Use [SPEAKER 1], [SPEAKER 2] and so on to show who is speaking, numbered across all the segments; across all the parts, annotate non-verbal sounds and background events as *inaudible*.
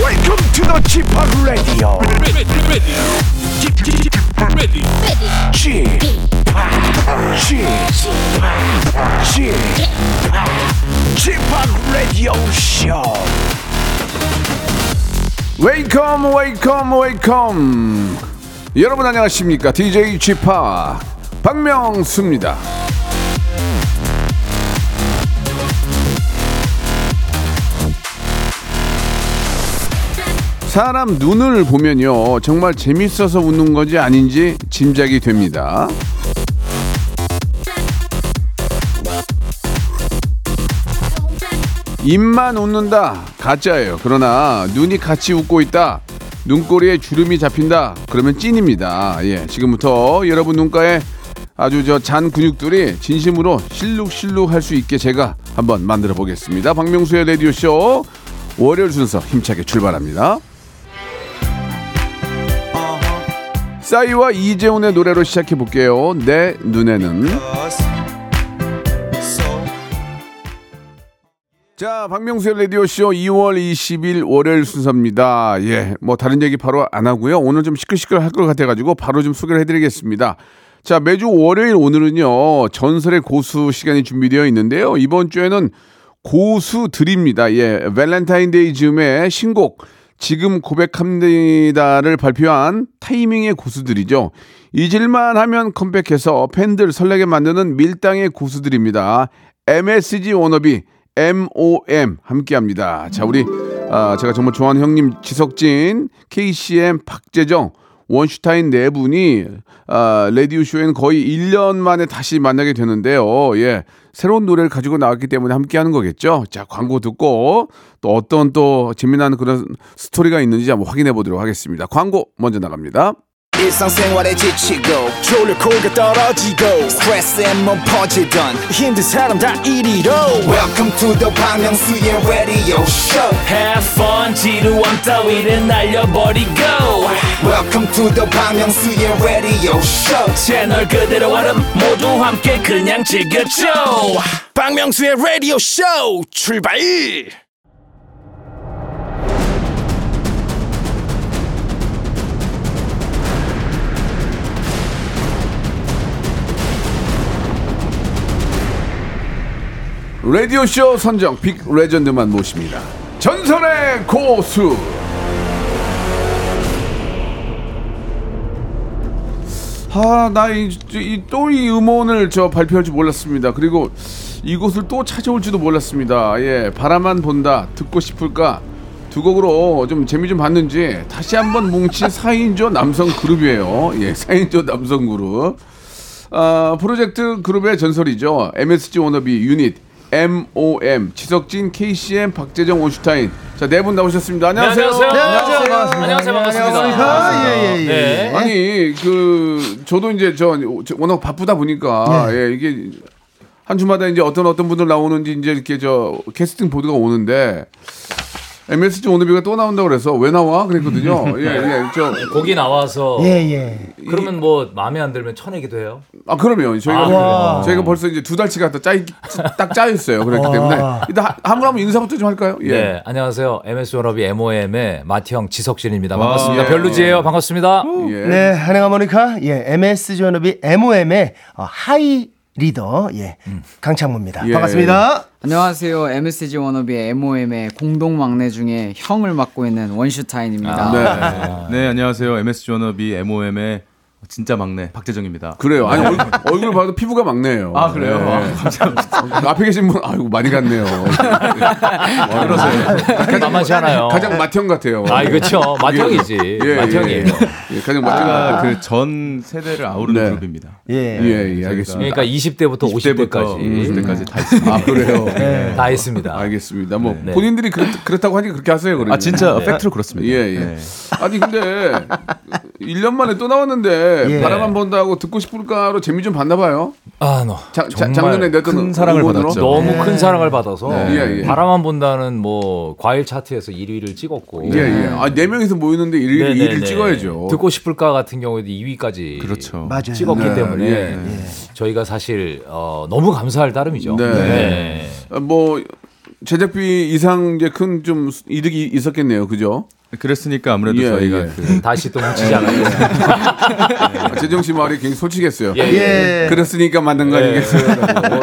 [SPEAKER 1] Welcome to the g p o p Radio.
[SPEAKER 2] ready, ready, Keep- keep- keep ready.
[SPEAKER 1] g p o p g p o p g p o p Radio Show. Welcome, welcome, welcome. 여러분 안녕하십니까? DJ g p o p 박명수입니다. 사람 눈을 보면요 정말 재밌어서 웃는 건지 아닌지 짐작이 됩니다. 입만 웃는다 가짜예요. 그러나 눈이 같이 웃고 있다. 눈꼬리에 주름이 잡힌다. 그러면 찐입니다. 예, 지금부터 여러분 눈가에 아주 저 잔 근육들이 진심으로 실룩실룩 할 수 있게 제가 한번 만들어 보겠습니다. 박명수의 라디오 쇼 월요일 순서 힘차게 출발합니다. 싸이와 이재훈의 노래로 시작해 볼게요. 내 눈에는. 자, 박명수의 라디오쇼 2월 20일 월요일 순서입니다. 예, 뭐 다른 얘기 바로 안 하고요. 오늘 좀 시끌시끌 할 것 같아가지고 바로 좀 소개를 해드리겠습니다. 자, 매주 월요일 오늘은요, 전설의 고수 시간이 준비되어 있는데요. 이번 주에는 고수들입니다. 예, 밸런타인데이 즈음에 신곡, 지금 고백합니다를 발표한 타이밍의 고수들이죠. 잊을만 하면 컴백해서 팬들 설레게 만드는 밀당의 고수들입니다. MSG 워너비, MOM 함께합니다. 자 우리 아, 제가 정말 좋아하는 형님 지석진, KCM 박재정, 원슈타인 네 분이 아, 레디오 쇼에는 거의 1년 만에 다시 만나게 되는데요. 예. 새로운 노래를 가지고 나왔기 때문에 함께 하는 거겠죠. 자, 광고 듣고 또 어떤 또 재미난 그런 스토리가 있는지 한번 확인해 보도록 하겠습니다. 광고 먼저 나갑니다.
[SPEAKER 3] 일상생활에 지치고, 졸려 코가 떨어지고, 스트레스에 몸 퍼지던, 힘든 사람 다 이리로. welcome to the Bang Myung-soo's radio show
[SPEAKER 4] Have fun 지루함 따위를 날려버리고
[SPEAKER 3] welcome to the Bang Myung-soo's radio show
[SPEAKER 4] 채널 그대로 얼음 모두 함께 그냥 즐겨줘
[SPEAKER 5] 박명수의 라디오 쇼 출발!
[SPEAKER 1] 라디오 쇼 선정 빅 레전드만 모십니다. 전설의 고수. 아, 나이또이 음원을 저 발표할 줄 몰랐습니다. 그리고 이곳을 또 찾아올지도 몰랐습니다. 예, 바라만 본다. 듣고 싶을까? 두 곡으로 좀 재미 좀 봤는지 다시 한번 뭉친 4인조 남성 그룹이에요. 예, 4인조 남성 그룹. 아, 프로젝트 그룹의 전설이죠. MSG 워너비 유닛 MOM 지석진, KCM, 박재정, 온슈타인 자네 분 나오셨습니다. 안녕하세요.
[SPEAKER 4] 안녕하세요 반갑습니다
[SPEAKER 6] 아, 예, 예, 예.
[SPEAKER 4] 네.
[SPEAKER 1] 아니 그 저도 이제 저 워낙 바쁘다 보니까 예, 이게 한 주마다 이제 어떤 어떤 분들 나오는지 이제 이렇게 저 캐스팅 보드가 오는데 MSG 오너비가 또 나온다고 그래서 왜 나와 그랬거든요. 예, 예. 저,
[SPEAKER 4] 곡이 나와서
[SPEAKER 6] 예, 예.
[SPEAKER 4] 그러면 뭐 마음에 안 들면 쳐내기도 해요
[SPEAKER 1] 아 그러면
[SPEAKER 4] 아,
[SPEAKER 1] 저희가
[SPEAKER 4] 와.
[SPEAKER 1] 저희가 벌써 이제 두 달치가 다 짜이 딱 짜였어요.
[SPEAKER 7] 아.
[SPEAKER 1] 그렇기 때문에 일단 하- 한분 한분 인사부터 좀 할까요? 예.
[SPEAKER 4] 네 안녕하세요 MS 워너비 MOM의 마티형 지석진입니다 반갑습니다
[SPEAKER 1] 예.
[SPEAKER 4] 별루지예요 반갑습니다
[SPEAKER 1] 예.
[SPEAKER 6] 네, 한행아 모니카, 예, MS 존업이 MOM의 어, 하이 리더, 예, 강창모입니다.
[SPEAKER 1] 예.
[SPEAKER 6] 반갑습니다.
[SPEAKER 8] 안녕하세요. MSG 워너비의 MOM의 공동 막내 중에 형을 맡고 있는
[SPEAKER 1] 아,
[SPEAKER 8] 원슈타인입니다.
[SPEAKER 7] 네 안녕하세요 MS 워너비 MOM의 진짜 막내 박재정입니다.
[SPEAKER 1] 그래요. 아니 얼굴, 얼굴 봐도 피부가 막네요.
[SPEAKER 7] 아 그래요?
[SPEAKER 1] 예.
[SPEAKER 7] 아, 감사합니다.
[SPEAKER 1] 앞에 계신 분 아이고 많이 갔네요. 아,
[SPEAKER 4] 그렇게 만만치 않아요
[SPEAKER 1] 가장 마티형 같아요. 네.
[SPEAKER 4] 아 그렇죠 마티형이지
[SPEAKER 1] 예, 예,
[SPEAKER 4] 마티형이에요 아.
[SPEAKER 1] 예, 가장 마티형.
[SPEAKER 7] 제가 그 전 세대를 아우르는
[SPEAKER 1] 네.
[SPEAKER 7] 그룹입니다.
[SPEAKER 6] 예.
[SPEAKER 1] 예, 예, 알겠습니다.
[SPEAKER 4] 그러니까 20대부터 50대까지
[SPEAKER 7] 10대부터 음.
[SPEAKER 4] 음.
[SPEAKER 7] 50대까지 다 있습니다. 네.
[SPEAKER 1] 아
[SPEAKER 4] 예.
[SPEAKER 1] 그래요.
[SPEAKER 4] 다 했습니다
[SPEAKER 1] 알겠습니다. 뭐
[SPEAKER 4] 네.
[SPEAKER 1] 본인들이 그렇, 다고 하니까 그렇게 하세요. 그러면.
[SPEAKER 7] 아 진짜
[SPEAKER 1] 예.
[SPEAKER 7] 팩트로 그렇습니다.
[SPEAKER 1] 예, 예.
[SPEAKER 7] 네.
[SPEAKER 1] 아니 근데 1년 만에 또 나왔는데
[SPEAKER 6] 예.
[SPEAKER 1] 바라만 본다고 듣고 싶을까로 재미 좀 봤나 봐요.
[SPEAKER 4] 아, 너.
[SPEAKER 1] 자, 자,
[SPEAKER 4] 정말
[SPEAKER 1] 작년에 냈던
[SPEAKER 7] 큰 사랑을
[SPEAKER 1] 음원으로?
[SPEAKER 7] 받았죠.
[SPEAKER 4] 너무 큰 사랑을 받아서
[SPEAKER 1] 예, 예.
[SPEAKER 4] 바라만 본다는 뭐 과일 차트에서 1위를 찍었고
[SPEAKER 1] 예, 예. 아, 네 명이서 모이는데 일
[SPEAKER 4] 네, 네,
[SPEAKER 1] 일을
[SPEAKER 4] 네.
[SPEAKER 1] 찍어야죠.
[SPEAKER 4] 듣고 싶을까 같은 경우에도 2위까지
[SPEAKER 7] 그렇죠.
[SPEAKER 6] 맞아요.
[SPEAKER 4] 찍었기
[SPEAKER 1] 네,
[SPEAKER 4] 때문에
[SPEAKER 1] 예.
[SPEAKER 4] 저희가 사실 어, 너무 감사할 따름이죠.
[SPEAKER 1] 네.
[SPEAKER 4] 네.
[SPEAKER 1] 아, 뭐 제작비 이상 이제 큰 좀 이득이 있었겠네요. 그죠?
[SPEAKER 7] 그랬으니까 아무래도
[SPEAKER 1] 예,
[SPEAKER 7] 저희가
[SPEAKER 1] 예.
[SPEAKER 7] 그
[SPEAKER 4] 다시 또 훔치지 않아요.
[SPEAKER 1] 아, 재정 씨 말이 굉장히 솔직했어요.
[SPEAKER 6] 예.
[SPEAKER 1] 그랬으니까 만난 거 아니겠어요? 라고.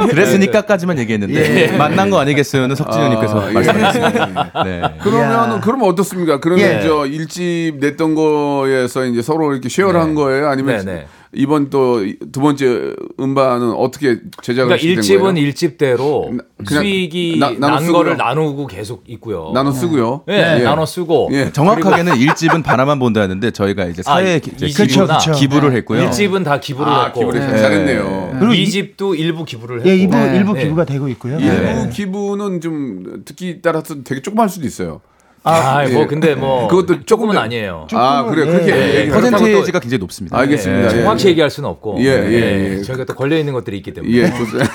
[SPEAKER 1] 예.
[SPEAKER 7] 그랬으니까까지만 얘기했는데 만난 거 아니겠어요는 석진우님께서
[SPEAKER 1] 아, *laughs* 예.
[SPEAKER 7] 말씀하셨습니다. 네.
[SPEAKER 1] 그러면 그럼 어떻습니까? 그러면
[SPEAKER 6] 예.
[SPEAKER 1] 저 일집 냈던 거에서 이제 서로 이렇게 쉐어를 한 거예요? 아니면
[SPEAKER 4] 네, 네.
[SPEAKER 1] 이번 또 두 번째 음반은 어떻게 제작을
[SPEAKER 4] 그러니까
[SPEAKER 1] 하시게 된
[SPEAKER 4] 일집은
[SPEAKER 1] 거예요?
[SPEAKER 4] 일집대로
[SPEAKER 1] 그냥
[SPEAKER 4] 수익이
[SPEAKER 1] 나- 나눠
[SPEAKER 4] 난
[SPEAKER 1] 쓰고요.
[SPEAKER 4] 거를 나누고 계속 있고요.
[SPEAKER 1] 나눠 쓰고요.
[SPEAKER 4] 예, 나눠 쓰고
[SPEAKER 7] 네.
[SPEAKER 1] 예.
[SPEAKER 7] 정확하게는 일집은 바라만 본다였는데 저희가 이제
[SPEAKER 4] 아, 이-
[SPEAKER 7] 사회
[SPEAKER 4] 이 집이구나.
[SPEAKER 6] 그쵸, 그쵸.
[SPEAKER 7] 기부를 했고요.
[SPEAKER 4] 일집은 다 기부를
[SPEAKER 1] 아,
[SPEAKER 4] 했고
[SPEAKER 1] 기부를
[SPEAKER 4] 예.
[SPEAKER 1] 잘했네요.
[SPEAKER 6] 그리고 이-
[SPEAKER 4] 이집도 일부 기부를 했고
[SPEAKER 6] 예, 일부
[SPEAKER 8] 네.
[SPEAKER 6] 일부
[SPEAKER 4] 네.
[SPEAKER 6] 기부가 되고 있고요. 네.
[SPEAKER 1] 일부 기부는 좀 듣기 따라서 되게 조그마할 수도 있어요.
[SPEAKER 4] 아,
[SPEAKER 1] 예.
[SPEAKER 4] 뭐 근데 뭐
[SPEAKER 1] 그것도 조금
[SPEAKER 4] 조금은
[SPEAKER 1] 더-
[SPEAKER 4] 아니에요.
[SPEAKER 1] 아 그래
[SPEAKER 6] 예.
[SPEAKER 1] 그렇게
[SPEAKER 4] 예.
[SPEAKER 1] 얘기를 하고
[SPEAKER 7] 퍼센테이지가 굉장히 높습니다.
[SPEAKER 1] 알겠습니다. 예.
[SPEAKER 4] 네. 정확히 얘기할 수는 없고 네.
[SPEAKER 1] 예, 예, 예.
[SPEAKER 4] 저희가 또 걸려 있는 것들이 있기 때문에
[SPEAKER 1] 예, 좋습니다.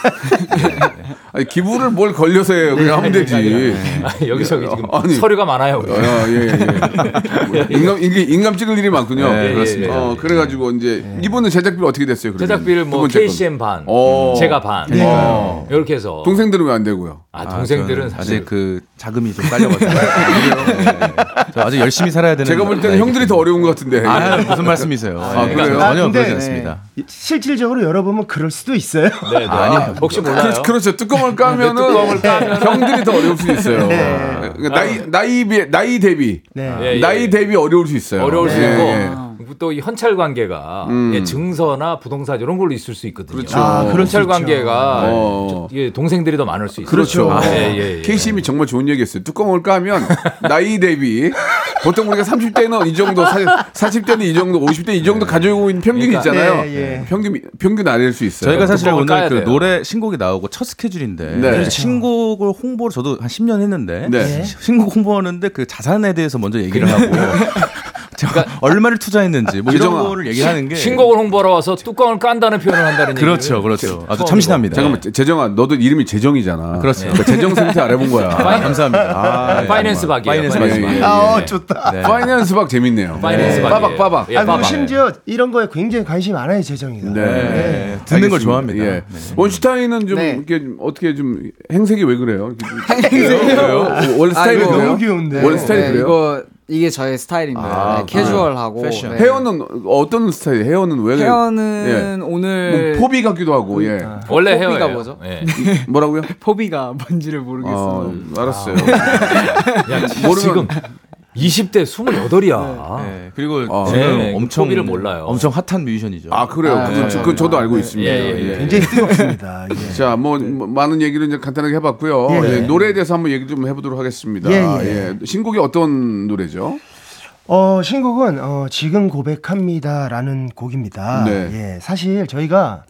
[SPEAKER 1] 아니, 기부를 뭘 걸려서 해요. 그냥 하면 되지.
[SPEAKER 4] 아, *laughs* 여기저기 지금
[SPEAKER 1] 예. 아니.
[SPEAKER 4] 서류가 많아요. 우리.
[SPEAKER 1] 어, 예,
[SPEAKER 4] *laughs*
[SPEAKER 1] 예. 인감, 인기- 인감 찍을 일이 많군요.
[SPEAKER 7] 예,
[SPEAKER 4] 예,
[SPEAKER 1] 그렇습니다.
[SPEAKER 4] 예,
[SPEAKER 1] 어, 그래가지고 이제 이분은 제작비를 어떻게 됐어요? 그러면?
[SPEAKER 4] 네. 제작비를
[SPEAKER 1] 두
[SPEAKER 4] 뭐
[SPEAKER 1] 번째 건.
[SPEAKER 4] KCM 반,
[SPEAKER 1] 어.
[SPEAKER 4] 제가 반,
[SPEAKER 6] 네.
[SPEAKER 1] 어.
[SPEAKER 4] 이렇게 해서
[SPEAKER 1] 동생들은 왜 안 되고요?
[SPEAKER 4] 아
[SPEAKER 7] 아,
[SPEAKER 4] 동생들은
[SPEAKER 7] 저는
[SPEAKER 4] 사실
[SPEAKER 7] 아직 그 자금이 좀 딸려가지고 네. 저 아주 열심히 살아야 되는.
[SPEAKER 1] 제가 볼 때는
[SPEAKER 4] 네.
[SPEAKER 1] 형들이 더 어려운 것 같은데.
[SPEAKER 7] 아 무슨 말씀이세요? 예.
[SPEAKER 1] 그래요?
[SPEAKER 7] 전혀
[SPEAKER 6] 아, 근데-
[SPEAKER 7] 그러지 않습니다.
[SPEAKER 6] 실질적으로 열어보면 그럴 수도 있어요.
[SPEAKER 4] 네, 네.
[SPEAKER 7] 아니요.
[SPEAKER 4] 혹시 몰라요. 네,
[SPEAKER 1] 그렇죠, 그렇죠. 뚜껑을 까면은 네, 형들이 더 어려울 수 있어요. 그러니까 나이 나이 비 나이 대비
[SPEAKER 6] 네.
[SPEAKER 4] 아. 예, 예.
[SPEAKER 1] 나이 대비 어려울 수 있어요.
[SPEAKER 4] 어려울 수
[SPEAKER 1] 예,
[SPEAKER 4] 있고
[SPEAKER 1] 예.
[SPEAKER 4] 또 이 현찰 관계가 예, 증서나 부동산 이런 걸로 있을 수 있거든요.
[SPEAKER 6] *laughs*
[SPEAKER 1] 그렇죠. 아,
[SPEAKER 6] 그럴 수
[SPEAKER 4] 현찰
[SPEAKER 6] 있죠.
[SPEAKER 4] 관계가
[SPEAKER 1] 어.
[SPEAKER 4] 예, 동생들이 더 많을 수 있어요.
[SPEAKER 1] 그렇죠.
[SPEAKER 4] 예, 예, 예.
[SPEAKER 1] KCM이 정말 좋은 얘기했어요. 뚜껑을 까면 나이 대비 보통 우리가 30대는 이 정도, 사- 40대는 이 정도, 50대 이 정도 가지고 있는 평균이
[SPEAKER 4] 그러니까.
[SPEAKER 1] 있잖아요. 네.
[SPEAKER 6] 예, 예.
[SPEAKER 1] 평균 평균 아래일 수 있어요.
[SPEAKER 7] 저희가 사실
[SPEAKER 4] 뚜껑을
[SPEAKER 7] 오늘
[SPEAKER 4] 까야
[SPEAKER 7] 그
[SPEAKER 4] 돼요.
[SPEAKER 7] 노래 신곡이 나오고 첫 스케줄인데
[SPEAKER 1] 네.
[SPEAKER 7] 사실 신곡을 홍보를 저도 한 10년 했는데
[SPEAKER 1] 네.
[SPEAKER 7] 시- 신곡 홍보하는데 그 자산에 대해서 먼저 얘기를 하고 *laughs* 제가 얼마를 투자했는지 뭐 이런
[SPEAKER 1] 기정아.
[SPEAKER 7] 거를 얘기하는 게
[SPEAKER 4] 신곡을 홍보하러 와서 뚜껑을 깐다는 표현을 한다는
[SPEAKER 7] 그렇죠,
[SPEAKER 4] 얘기를
[SPEAKER 7] 그렇죠. 아주
[SPEAKER 4] 처음이고.
[SPEAKER 7] 참신합니다.
[SPEAKER 1] 잠깐만 재- 재정아, 너도 이름이 재정이잖아.
[SPEAKER 7] 그렇죠.
[SPEAKER 1] 그러니까 재정 상태 알아본 거야. *laughs*
[SPEAKER 7] 아, 감사합니다. 아, 네,
[SPEAKER 4] 파이낸스
[SPEAKER 7] 정말.
[SPEAKER 4] 박이에요.
[SPEAKER 7] 파이낸스
[SPEAKER 1] 파이낸스
[SPEAKER 7] 박.
[SPEAKER 1] 박.
[SPEAKER 7] 예,
[SPEAKER 6] 아,
[SPEAKER 7] 예.
[SPEAKER 6] 어, 좋다.
[SPEAKER 7] 네.
[SPEAKER 1] 파이낸스 박 재밌네요.
[SPEAKER 4] 파이낸스
[SPEAKER 1] 예.
[SPEAKER 4] 박이에요.
[SPEAKER 1] 빠박 빠박.
[SPEAKER 4] 예,
[SPEAKER 6] 아, 그리고
[SPEAKER 4] 빠박.
[SPEAKER 6] 심지어 이런 거에 굉장히 관심이 많아요, 재정이가.
[SPEAKER 1] 네.
[SPEAKER 7] 듣는 걸
[SPEAKER 1] 알겠습니다.
[SPEAKER 7] 좋아합니다.
[SPEAKER 1] 예.
[SPEAKER 7] 네.
[SPEAKER 1] 원슈타인은 좀
[SPEAKER 8] 네.
[SPEAKER 1] 이렇게 좀 어떻게 좀 행색이 왜
[SPEAKER 6] *laughs*
[SPEAKER 1] 그래요? 행색이요? 원래 스타일이
[SPEAKER 8] 이거
[SPEAKER 1] 그래요?
[SPEAKER 6] 네. 아, 너무 귀여운데.
[SPEAKER 1] 네. *laughs* 원래 스타일이
[SPEAKER 8] 네,
[SPEAKER 1] 그래요? 아,
[SPEAKER 8] 이거 이게 저의 스타일입니다. 네, 캐주얼하고 네.
[SPEAKER 1] 헤어는 어떤 스타일? 헤어는 왜 그래요?
[SPEAKER 8] 헤어는 오늘
[SPEAKER 4] 네.
[SPEAKER 1] 뭐 포비 같기도 하고 예 네,
[SPEAKER 4] 원래
[SPEAKER 8] 포비가
[SPEAKER 4] 헤어예요.
[SPEAKER 8] 뭐죠?
[SPEAKER 4] 예.
[SPEAKER 1] 뭐라고요?
[SPEAKER 8] 포비가 뭔지를
[SPEAKER 1] 어,
[SPEAKER 8] 모르겠어요.
[SPEAKER 6] 음.
[SPEAKER 1] 알았어요.
[SPEAKER 6] 아.
[SPEAKER 4] 야, 지금 20대 28이야.
[SPEAKER 7] 네, 그리고
[SPEAKER 1] 아,
[SPEAKER 7] 지금
[SPEAKER 4] 네, 그
[SPEAKER 7] 엄청
[SPEAKER 4] 소비를 몰라요.
[SPEAKER 7] 엄청 핫한 뮤지션이죠.
[SPEAKER 1] 아 그래요. 그
[SPEAKER 6] 네.
[SPEAKER 1] 그, 그 저도 알고 있습니다.
[SPEAKER 4] 예, 예,
[SPEAKER 1] 예.
[SPEAKER 6] 굉장히 뜨겁습니다. 예.
[SPEAKER 1] 자, 뭐, 뭐 많은 얘기를 이제 간단하게 해봤고요.
[SPEAKER 6] 예,
[SPEAKER 1] 예,
[SPEAKER 6] 예.
[SPEAKER 1] 노래에 대해서 한번 얘기 좀 해보도록 하겠습니다.
[SPEAKER 6] 예,
[SPEAKER 1] 예. 신곡이 어떤 노래죠?
[SPEAKER 6] 어, 신곡은 어, 지금 고백합니다라는 곡입니다.
[SPEAKER 1] 네.
[SPEAKER 6] 예, 사실 저희가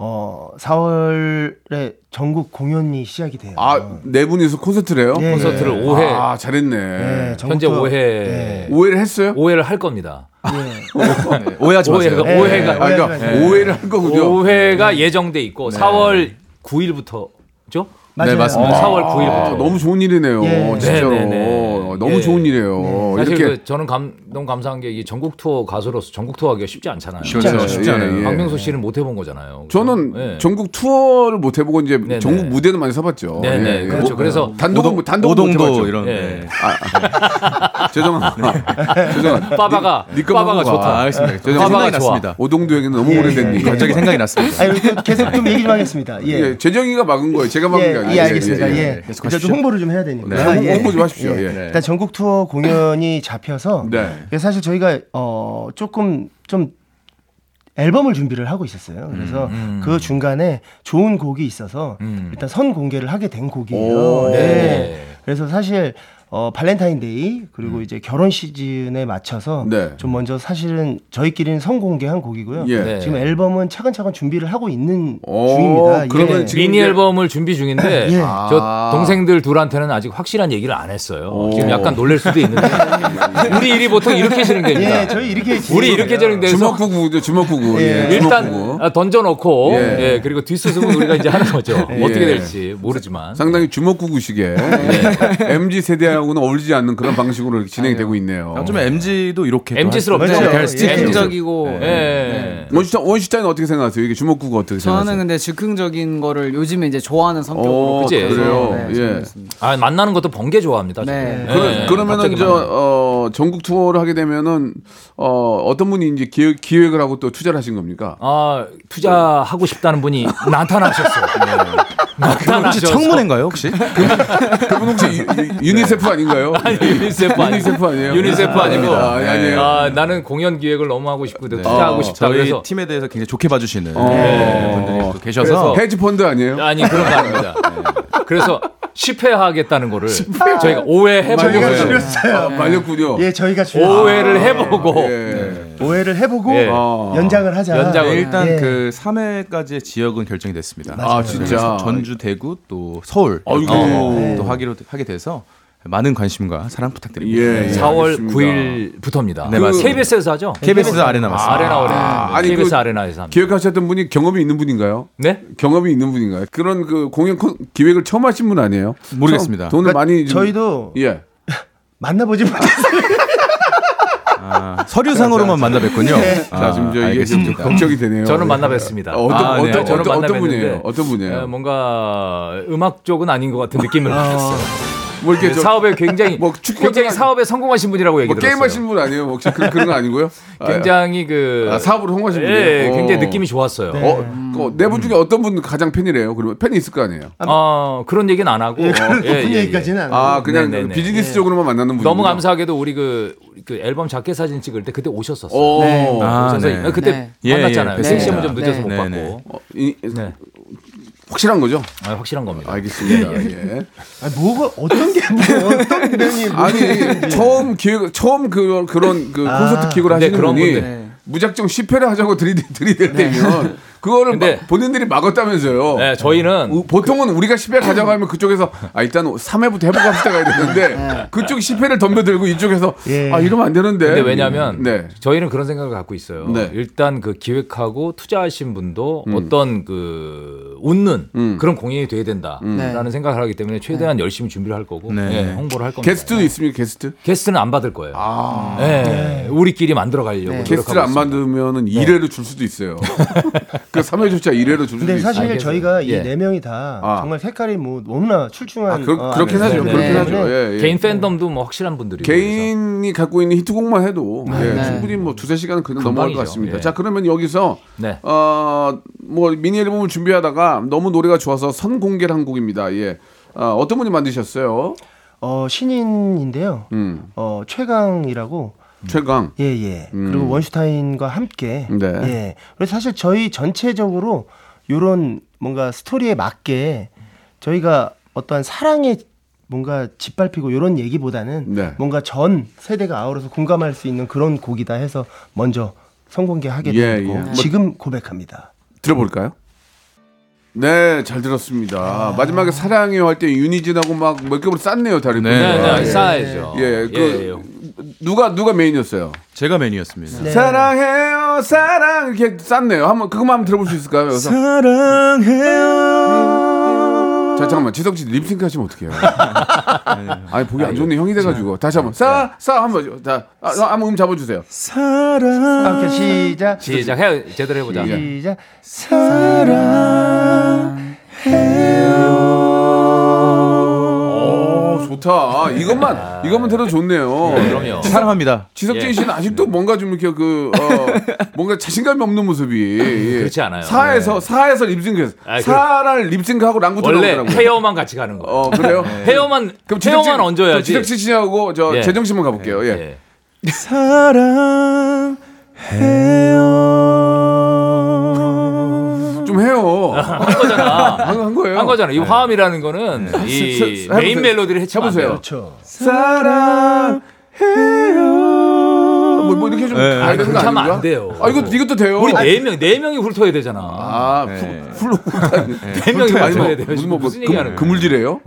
[SPEAKER 6] 어, 4월에 전국 공연이 시작이 돼요.
[SPEAKER 1] 아 네 분이서 콘서트래요?
[SPEAKER 6] 예,
[SPEAKER 4] 콘서트를
[SPEAKER 6] 예.
[SPEAKER 4] 5회
[SPEAKER 1] 아 잘했네.
[SPEAKER 6] 예,
[SPEAKER 4] 현재
[SPEAKER 6] 전국도-
[SPEAKER 4] 5회
[SPEAKER 6] 예.
[SPEAKER 1] 오해를 했어요?
[SPEAKER 4] 오해를 할 겁니다. *laughs*
[SPEAKER 6] 네.
[SPEAKER 7] 오해하지 마세요.
[SPEAKER 4] 오해가- 오해가-
[SPEAKER 1] 아, 그러니까 오해를 한 거군요.
[SPEAKER 4] 5회가
[SPEAKER 1] 네.
[SPEAKER 4] 예정돼 있고 4월 9일부터죠?
[SPEAKER 6] 맞아요.
[SPEAKER 7] 네, 맞습니다.
[SPEAKER 1] 아,
[SPEAKER 4] 4월 9일부터.
[SPEAKER 1] 너무 좋은 일이네요.
[SPEAKER 6] 예.
[SPEAKER 1] 진짜로 어,
[SPEAKER 4] 네, 네, 네.
[SPEAKER 1] 너무
[SPEAKER 4] 예.
[SPEAKER 1] 좋은 일이에요.
[SPEAKER 4] 사실
[SPEAKER 1] 뭐 이렇게
[SPEAKER 4] 그 저는 감, 너무 감사한 게 이 전국 투어 가수로서 전국 투어 하기가 쉽지 않잖아요. 네.
[SPEAKER 7] 그렇죠. 쉽지
[SPEAKER 1] 예,
[SPEAKER 7] 않아요.
[SPEAKER 1] 예.
[SPEAKER 4] 박명수 씨는 못 해본 거잖아요.
[SPEAKER 1] 저는
[SPEAKER 4] 예.
[SPEAKER 1] 전국 투어를 못 해보고 이제
[SPEAKER 4] 네네.
[SPEAKER 1] 전국 무대는 많이 서봤죠. 예,
[SPEAKER 4] 네, 네, 그렇죠. 그래서
[SPEAKER 1] 단독은 못- 단독은 못
[SPEAKER 7] 오동도
[SPEAKER 1] 해봤죠. *laughs*
[SPEAKER 7] 이런.
[SPEAKER 4] 예.
[SPEAKER 7] 네.
[SPEAKER 1] 죄송합니다. 죄송합니다.
[SPEAKER 4] 빠바가
[SPEAKER 1] 네 것만
[SPEAKER 4] 빠바가
[SPEAKER 1] 하고 가. 네.
[SPEAKER 4] 좋다.
[SPEAKER 7] 아, 알겠습니다.
[SPEAKER 1] 저는
[SPEAKER 7] 생각이
[SPEAKER 4] 빠바가 좋아.
[SPEAKER 7] 났습니다.
[SPEAKER 1] *laughs* 오동도 얘기는 너무 오래된 얘기.
[SPEAKER 7] 갑자기 생각이 났습니다.
[SPEAKER 6] 아니, 또 계속 좀 얘기 좀 하겠습니다. 예.
[SPEAKER 1] 예,
[SPEAKER 6] 예,
[SPEAKER 1] 재정이가 막은 거예요. 제가 막은 게
[SPEAKER 6] 예,
[SPEAKER 1] 아니에요.
[SPEAKER 6] 알겠습니다. 예.
[SPEAKER 7] 계속
[SPEAKER 6] 이제
[SPEAKER 7] 하십시오.
[SPEAKER 6] 좀 홍보를 좀 해야 되니까.
[SPEAKER 1] 네, 홍보-
[SPEAKER 6] 예.
[SPEAKER 1] 홍보 좀 하십시오. 예.
[SPEAKER 6] 일단 전국 투어 공연이 잡혀서
[SPEAKER 1] 네.
[SPEAKER 6] 그래서 사실 저희가 어 조금 좀 앨범을 준비를 하고 있었어요. 그래서 그 중간에 좋은 곡이 있어서 일단 선 공개를 하게 된
[SPEAKER 1] 오,
[SPEAKER 6] 곡이에요.
[SPEAKER 4] 네.
[SPEAKER 6] 그래서 사실 어 발렌타인데이 그리고 이제 결혼 시즌에 맞춰서
[SPEAKER 1] 네.
[SPEAKER 6] 좀 먼저 사실은 저희끼리는 선 공개한 곡이고요.
[SPEAKER 1] 예.
[SPEAKER 4] 네.
[SPEAKER 6] 지금 앨범은 차근차근 준비를 하고 있는
[SPEAKER 1] 오,
[SPEAKER 6] 중입니다.
[SPEAKER 1] 그러면
[SPEAKER 6] 예.
[SPEAKER 1] 지금
[SPEAKER 4] 미니
[SPEAKER 1] 이제- 아.
[SPEAKER 4] 앨범을
[SPEAKER 1] *laughs*
[SPEAKER 4] 준비 중인데
[SPEAKER 6] 예.
[SPEAKER 4] 저 동생들 둘한테는 아직 확실한 얘기를 안 했어요. 지금 약간 놀랄 수도 있는데
[SPEAKER 1] *laughs*
[SPEAKER 4] 우리 일이 보통 이렇게 진행됩니다.
[SPEAKER 6] 예, 저희 이렇게
[SPEAKER 4] 우리 이렇게
[SPEAKER 6] 진행해요.
[SPEAKER 4] 진행돼서
[SPEAKER 1] 예. 주먹구구죠. 주먹구구. 예.
[SPEAKER 4] 일단
[SPEAKER 1] 주먹구구.
[SPEAKER 4] 아, 던져놓고
[SPEAKER 1] 예.
[SPEAKER 4] 예. 그리고 뒷수습은 우리가 이제 하는 거죠.
[SPEAKER 1] *laughs* 예.
[SPEAKER 4] 어떻게 될지 모르지만
[SPEAKER 1] 상당히 주먹구구식의 MZ 예. 세대와 연애하고는 어울리지 않는 그런 방식으로 이렇게 진행이 되고 있네요.
[SPEAKER 7] 아, 좀 MG도 이렇게
[SPEAKER 4] MG스럽죠.
[SPEAKER 7] 또
[SPEAKER 6] 맞아요.
[SPEAKER 7] 할-
[SPEAKER 6] 예,
[SPEAKER 7] 스티커.
[SPEAKER 8] 즉흥적이고
[SPEAKER 4] 예. 네.
[SPEAKER 1] 원슈타 원슈타인은 어떻게 생각하세요? 이게 주먹구가 어떻게
[SPEAKER 8] 저는
[SPEAKER 1] 생각하세요?
[SPEAKER 8] 근데 즉흥적인 거를 요즘에 이제 좋아하는 성격으로
[SPEAKER 1] 어,
[SPEAKER 4] 그치?
[SPEAKER 1] 그래요.
[SPEAKER 8] 네,
[SPEAKER 1] 예.
[SPEAKER 8] 재밌습니다.
[SPEAKER 4] 아, 만나는 것도 번개 좋아합니다. 저는.
[SPEAKER 8] 네.
[SPEAKER 4] 예,
[SPEAKER 1] 그러,
[SPEAKER 4] 예.
[SPEAKER 1] 그러면은
[SPEAKER 4] 갑자기
[SPEAKER 1] 저
[SPEAKER 4] 만나요.
[SPEAKER 1] 어, 전국 투어를 하게 되면은 어, 어떤 분이 이제 기획, 기획을 하고 또 투자를 하신 겁니까?
[SPEAKER 4] 아, 투자하고 싶다는
[SPEAKER 1] *laughs*
[SPEAKER 4] 분이 나타나셨어요.
[SPEAKER 1] 네.
[SPEAKER 4] 나타나셔서
[SPEAKER 7] 청문회인가요 그 혹시?
[SPEAKER 1] 그분 혹시 유, 유, 유니세프 아닌가요?
[SPEAKER 4] 네. *laughs* 아니, 유니세프 아니
[SPEAKER 1] 유니세프 아니에요?
[SPEAKER 4] 유니세프 아니고.
[SPEAKER 1] 아, 아니, 아니에요.
[SPEAKER 4] 아, 나는 공연 기획을 너무 하고 싶고 투자하고
[SPEAKER 1] 어,
[SPEAKER 4] 싶다
[SPEAKER 7] 저희
[SPEAKER 4] 그래서
[SPEAKER 7] 팀에 대해서 굉장히 좋게 봐주시는 네,
[SPEAKER 1] 어.
[SPEAKER 7] 분들이 또
[SPEAKER 4] 그래서
[SPEAKER 7] 계셔서
[SPEAKER 1] 헤지펀드 아니에요?
[SPEAKER 4] 아니 그런 거 아닙니다.
[SPEAKER 1] 네.
[SPEAKER 4] 예. 그래서 10회 하겠다는 거를 저희가 5회 해보고
[SPEAKER 1] 저희가
[SPEAKER 4] 있어요.
[SPEAKER 1] 아, 말렸군요.
[SPEAKER 6] 예, 저희가 주
[SPEAKER 4] 오해를 해보고 네.
[SPEAKER 1] 예.
[SPEAKER 6] 오해를 해보고
[SPEAKER 4] 예.
[SPEAKER 1] 아.
[SPEAKER 6] 연장을 하자.
[SPEAKER 4] 연장을.
[SPEAKER 7] 일단
[SPEAKER 6] 예.
[SPEAKER 7] 그 3회까지의 지역은 결정이 됐습니다.
[SPEAKER 1] 아 진짜.
[SPEAKER 7] 전주, 대구 또 서울
[SPEAKER 1] 아이고.
[SPEAKER 7] 어, 또 하기로 하게 돼서 많은 관심과 사랑 부탁드립니다.
[SPEAKER 1] 예, 예.
[SPEAKER 4] 4월
[SPEAKER 1] 알겠습니다. 그
[SPEAKER 4] 9일부터입니다.
[SPEAKER 7] 네, 맞습니다.
[SPEAKER 4] KBS에서 하죠?
[SPEAKER 7] KBS 아레나
[SPEAKER 4] 아,
[SPEAKER 7] 맞습니다.
[SPEAKER 4] 아레나 아레나.
[SPEAKER 1] 아니,
[SPEAKER 4] KBS
[SPEAKER 1] 그-
[SPEAKER 4] 아레나에서 합니다.
[SPEAKER 1] 기획하셨던 분이 경험이 있는 분인가요?
[SPEAKER 4] 네?
[SPEAKER 1] 경험이 있는 분인가요? 그런 그 공연 컨- 기획을 처음 하신 분 아니에요?
[SPEAKER 7] 모르겠습니다.
[SPEAKER 1] 처음 돈을
[SPEAKER 6] 그러니까
[SPEAKER 1] 많이 좀-
[SPEAKER 6] 저희도
[SPEAKER 1] 예.
[SPEAKER 6] 만나보지 못했어요.
[SPEAKER 7] 아, 서류상으로만 만나 뵙군요.
[SPEAKER 1] 네.
[SPEAKER 7] 아,
[SPEAKER 1] 자 지금 저 이게 좀
[SPEAKER 7] 알겠습니다.
[SPEAKER 1] 걱정이 되네요.
[SPEAKER 4] 아, 저는
[SPEAKER 1] 예.
[SPEAKER 4] 만나뵀습니다.
[SPEAKER 1] 어, 어떤
[SPEAKER 7] 아,
[SPEAKER 1] 어떤
[SPEAKER 7] 네.
[SPEAKER 1] 어떤,
[SPEAKER 4] 저는
[SPEAKER 1] 어떤
[SPEAKER 4] 만나뵀는데,
[SPEAKER 1] 분이에요? 어떤 분이에요?
[SPEAKER 4] 어, 뭔가 음악 쪽은 아닌 것 같은 느낌을 받았어요.
[SPEAKER 1] 뭐 이렇게 저,
[SPEAKER 4] 사업에 굉장히
[SPEAKER 1] 뭐 축구
[SPEAKER 4] 굉장히
[SPEAKER 1] 같은 거-
[SPEAKER 4] 사업에 성공하신 분이라고 얘기
[SPEAKER 1] 뭐
[SPEAKER 4] 들었어요.
[SPEAKER 1] 게임 하시는 분 아니에요? 혹시 그, 그런 거 아니고요? 아,
[SPEAKER 4] 굉장히 그
[SPEAKER 1] 아, 사업으로 성공하신
[SPEAKER 4] 예,
[SPEAKER 1] 분이에요?
[SPEAKER 4] 예, 굉장히
[SPEAKER 1] 어.
[SPEAKER 4] 느낌이 좋았어요.
[SPEAKER 1] 어, 그 내분 중에 어떤 분 가장 팬이래요? 그러면 팬이 있을 거 아니에요?
[SPEAKER 4] 어, 그런 얘기는 안 하고
[SPEAKER 6] 예, 그런
[SPEAKER 4] 예,
[SPEAKER 6] 높은
[SPEAKER 4] 예, 예.
[SPEAKER 6] 얘기까지는 안
[SPEAKER 1] 아 그냥
[SPEAKER 4] 네, 네, 네.
[SPEAKER 1] 비즈니스적으로만 만나는 분
[SPEAKER 4] 너무 감사하게도 우리 그, 우리 그 앨범 자켓 사진 찍을 때 그때 오셨었어요.
[SPEAKER 1] 오,
[SPEAKER 8] 네.
[SPEAKER 7] 아,
[SPEAKER 4] 오셔서
[SPEAKER 7] 네.
[SPEAKER 4] 아, 그때
[SPEAKER 8] 네.
[SPEAKER 7] 예,
[SPEAKER 4] 만났잖아요.
[SPEAKER 7] 예,
[SPEAKER 4] 세션은 좀
[SPEAKER 8] 뵀습니다.
[SPEAKER 4] 늦어서 못
[SPEAKER 7] 네.
[SPEAKER 4] 봤고
[SPEAKER 7] 네,
[SPEAKER 1] 어, 이-
[SPEAKER 4] 네.
[SPEAKER 1] 확실한 거죠?
[SPEAKER 4] 아, 확실한 겁니다.
[SPEAKER 1] 알겠습니다.
[SPEAKER 4] 네.
[SPEAKER 1] 예.
[SPEAKER 6] 아니, 뭐가 어떤 게
[SPEAKER 1] *laughs*
[SPEAKER 6] 뭐예요? 어떤 면이 뭐-
[SPEAKER 1] 아니 처음 기획 처음 그 그런 그
[SPEAKER 6] 아,
[SPEAKER 1] 콘서트 기획을 하시는
[SPEAKER 4] 네, 그런
[SPEAKER 1] 분이
[SPEAKER 4] 건데.
[SPEAKER 1] 무작정 10회를 하자고 들이대 들이댈 때면 그거를 막
[SPEAKER 4] 네. 근데-
[SPEAKER 1] 본인들이 막았다면서요.
[SPEAKER 4] 네, 저희는
[SPEAKER 1] 우- 보통은 우리가 10회 가자고 하면 그쪽에서 아 일단 3회부터 해보고 합시다 가야 되는데 그쪽 10회를 덤벼들고 이쪽에서
[SPEAKER 6] 예.
[SPEAKER 1] 아 이러면 안 되는데.
[SPEAKER 4] 근데 왜냐하면
[SPEAKER 1] 네.
[SPEAKER 4] 저희는 그런 생각을 갖고 있어요.
[SPEAKER 1] 네. 음.
[SPEAKER 4] 일단 그 기획하고 투자하신 분도 어떤 그 웃는 그런 공연이 돼야
[SPEAKER 1] 음. 네.
[SPEAKER 4] 된다라는 생각을 하기 때문에 최대한 열심히 준비를 할 거고
[SPEAKER 7] 네.
[SPEAKER 4] 예, 홍보를 할 겁니다.
[SPEAKER 1] 게스트도 있습니까 게스트?
[SPEAKER 4] 게스트는 안 받을 거예요.
[SPEAKER 1] 아. 네.
[SPEAKER 4] 예, 우리끼리 만들어 가려고
[SPEAKER 1] 게스트를 안
[SPEAKER 4] 노력하고
[SPEAKER 1] 만들면
[SPEAKER 4] 네.
[SPEAKER 1] 1회로 줄 수도
[SPEAKER 4] *laughs*
[SPEAKER 1] 있어요. 그 3회조차 1회로 줄 수도
[SPEAKER 6] 근데 사실
[SPEAKER 1] 있어요.
[SPEAKER 4] 알겠어요.
[SPEAKER 6] 저희가
[SPEAKER 4] 예.
[SPEAKER 6] 이 네 명이 다
[SPEAKER 1] 음, 아.
[SPEAKER 6] 정말 색깔이 뭐 너무나 출중한
[SPEAKER 1] 아, 그,
[SPEAKER 6] 어,
[SPEAKER 1] 그렇긴
[SPEAKER 6] 아니에요.
[SPEAKER 1] 하죠.
[SPEAKER 4] 네.
[SPEAKER 1] 그렇긴
[SPEAKER 4] 네.
[SPEAKER 1] 하죠. 예, 예.
[SPEAKER 4] 있습니다. 개인 팬덤도 뭐 확실한 분들이
[SPEAKER 1] 개인이 갖고 있는 히트곡만 해도 예,
[SPEAKER 8] 네.
[SPEAKER 1] 충분히 뭐 두세 시간은 그냥 넘어갈 것
[SPEAKER 4] 금방이죠.
[SPEAKER 1] 같습니다.
[SPEAKER 4] 예.
[SPEAKER 1] 자 그러면 여기서
[SPEAKER 4] 네.
[SPEAKER 1] 어, 뭐 미니 앨범을 준비하다가 너무 노래가 좋아서 선공개를 한 곡입니다. 예. 어, 떤 분이 만드셨어요?
[SPEAKER 6] 어, 신인인데요.
[SPEAKER 1] 음,
[SPEAKER 6] 어, 최강이라고
[SPEAKER 1] 최강.
[SPEAKER 6] 예, 예. 그리고 원슈타인과 함께.
[SPEAKER 1] 음. 네.
[SPEAKER 6] 예. 그래서 사실 저희 전체적으로 요런 뭔가 스토리에 맞게 저희가 어떠한 사랑에 뭔가 짓밟히고 요런 얘기보다는
[SPEAKER 1] 네.
[SPEAKER 6] 뭔가 전 세대가 아우러서 공감할 수 있는 그런 곡이다 해서 먼저 선공개하게
[SPEAKER 1] 예,
[SPEAKER 6] 됐고
[SPEAKER 1] 예.
[SPEAKER 6] 지금 고백합니다.
[SPEAKER 1] 들어볼까요? 네, 잘 들었습니다. 마지막에 사랑해요 할 때 유니진하고 막 몇겹을 쌌네요, 다리.
[SPEAKER 7] 네,
[SPEAKER 4] 있어요. 네,
[SPEAKER 1] 아,
[SPEAKER 4] 네,
[SPEAKER 1] 예.
[SPEAKER 4] 쌓아야죠.
[SPEAKER 1] 예, 그
[SPEAKER 4] 예, 예.
[SPEAKER 1] 누가 누가 메인이었어요?
[SPEAKER 7] 제가 메뉴였습니다.
[SPEAKER 6] 네.
[SPEAKER 1] 사랑해요, 사랑 이렇게 쌌네요. 한번 그것만 한번 들어볼 수 있을까요? 여기서?
[SPEAKER 7] 사랑해요.
[SPEAKER 1] 음. 자 잠깐만 지석 씨 립싱크 하시면
[SPEAKER 4] *laughs*
[SPEAKER 1] 어떡해요? 아니 보기 안 좋네 형이 돼가지고 다시 한번
[SPEAKER 4] 네.
[SPEAKER 1] 싸싸 한번 자 아, 한번 음 잡아주세요.
[SPEAKER 7] 사랑.
[SPEAKER 6] 아, 오케이, 시작.
[SPEAKER 4] 시작 해 제대로 해보자.
[SPEAKER 1] 예.
[SPEAKER 6] 시작.
[SPEAKER 1] 오 좋다 아, 이것만 이것만 들어 좋네요.
[SPEAKER 4] 아. 그럼요.
[SPEAKER 7] 사랑합니다.
[SPEAKER 1] 지석진
[SPEAKER 4] 예.
[SPEAKER 1] 씨는 아직도 뭔가 좀 이렇게 그
[SPEAKER 4] *laughs*
[SPEAKER 1] 어, 뭔가 자신감이 없는 모습이 예.
[SPEAKER 4] 그렇지 않아요. 네.
[SPEAKER 1] 사에서 사에서 립싱크해서
[SPEAKER 4] 아, 그-
[SPEAKER 1] 사랑 립싱크하고 랑구터
[SPEAKER 4] 원래 네.
[SPEAKER 1] 나오더라고요.
[SPEAKER 4] 헤어만 같이 가는 거.
[SPEAKER 1] 어
[SPEAKER 4] *laughs*
[SPEAKER 1] 그래요?
[SPEAKER 4] 헤어만
[SPEAKER 1] 그럼 지석진-
[SPEAKER 4] 헤어만 얹어야지.
[SPEAKER 1] 그럼 지석진 씨하고 저
[SPEAKER 4] 예.
[SPEAKER 1] 재정 씨만 가볼게요. 예.
[SPEAKER 4] 예.
[SPEAKER 1] 좀 해요. 한 거잖아. 한, 거예요. 네.
[SPEAKER 4] 한 거잖아. 이 화음이라는 거는 이
[SPEAKER 1] 스- 스- 해보세요.
[SPEAKER 4] 메인 멜로디를 해치면 안
[SPEAKER 1] 해보세요.
[SPEAKER 4] 돼요.
[SPEAKER 6] 그렇죠.
[SPEAKER 1] 사랑해요. 뭐, 뭐 이렇게 좀
[SPEAKER 7] 네.
[SPEAKER 1] 가야 되는 거
[SPEAKER 4] 그렇게 하면
[SPEAKER 1] 아닌가?
[SPEAKER 4] 안 돼요.
[SPEAKER 1] 아 이거 이것도 돼요.
[SPEAKER 4] 우리 네 명, 네 명이 훑어야 되잖아.
[SPEAKER 1] 아
[SPEAKER 7] 네.
[SPEAKER 1] 훌- 훌륭.
[SPEAKER 4] 네 명이
[SPEAKER 1] 아니 뭐
[SPEAKER 4] 훑어야 돼요.
[SPEAKER 1] 무슨
[SPEAKER 4] 지금
[SPEAKER 1] 뭐
[SPEAKER 4] 무슨 얘기하는
[SPEAKER 1] 금,
[SPEAKER 4] 거야?
[SPEAKER 1] 그물질이에요?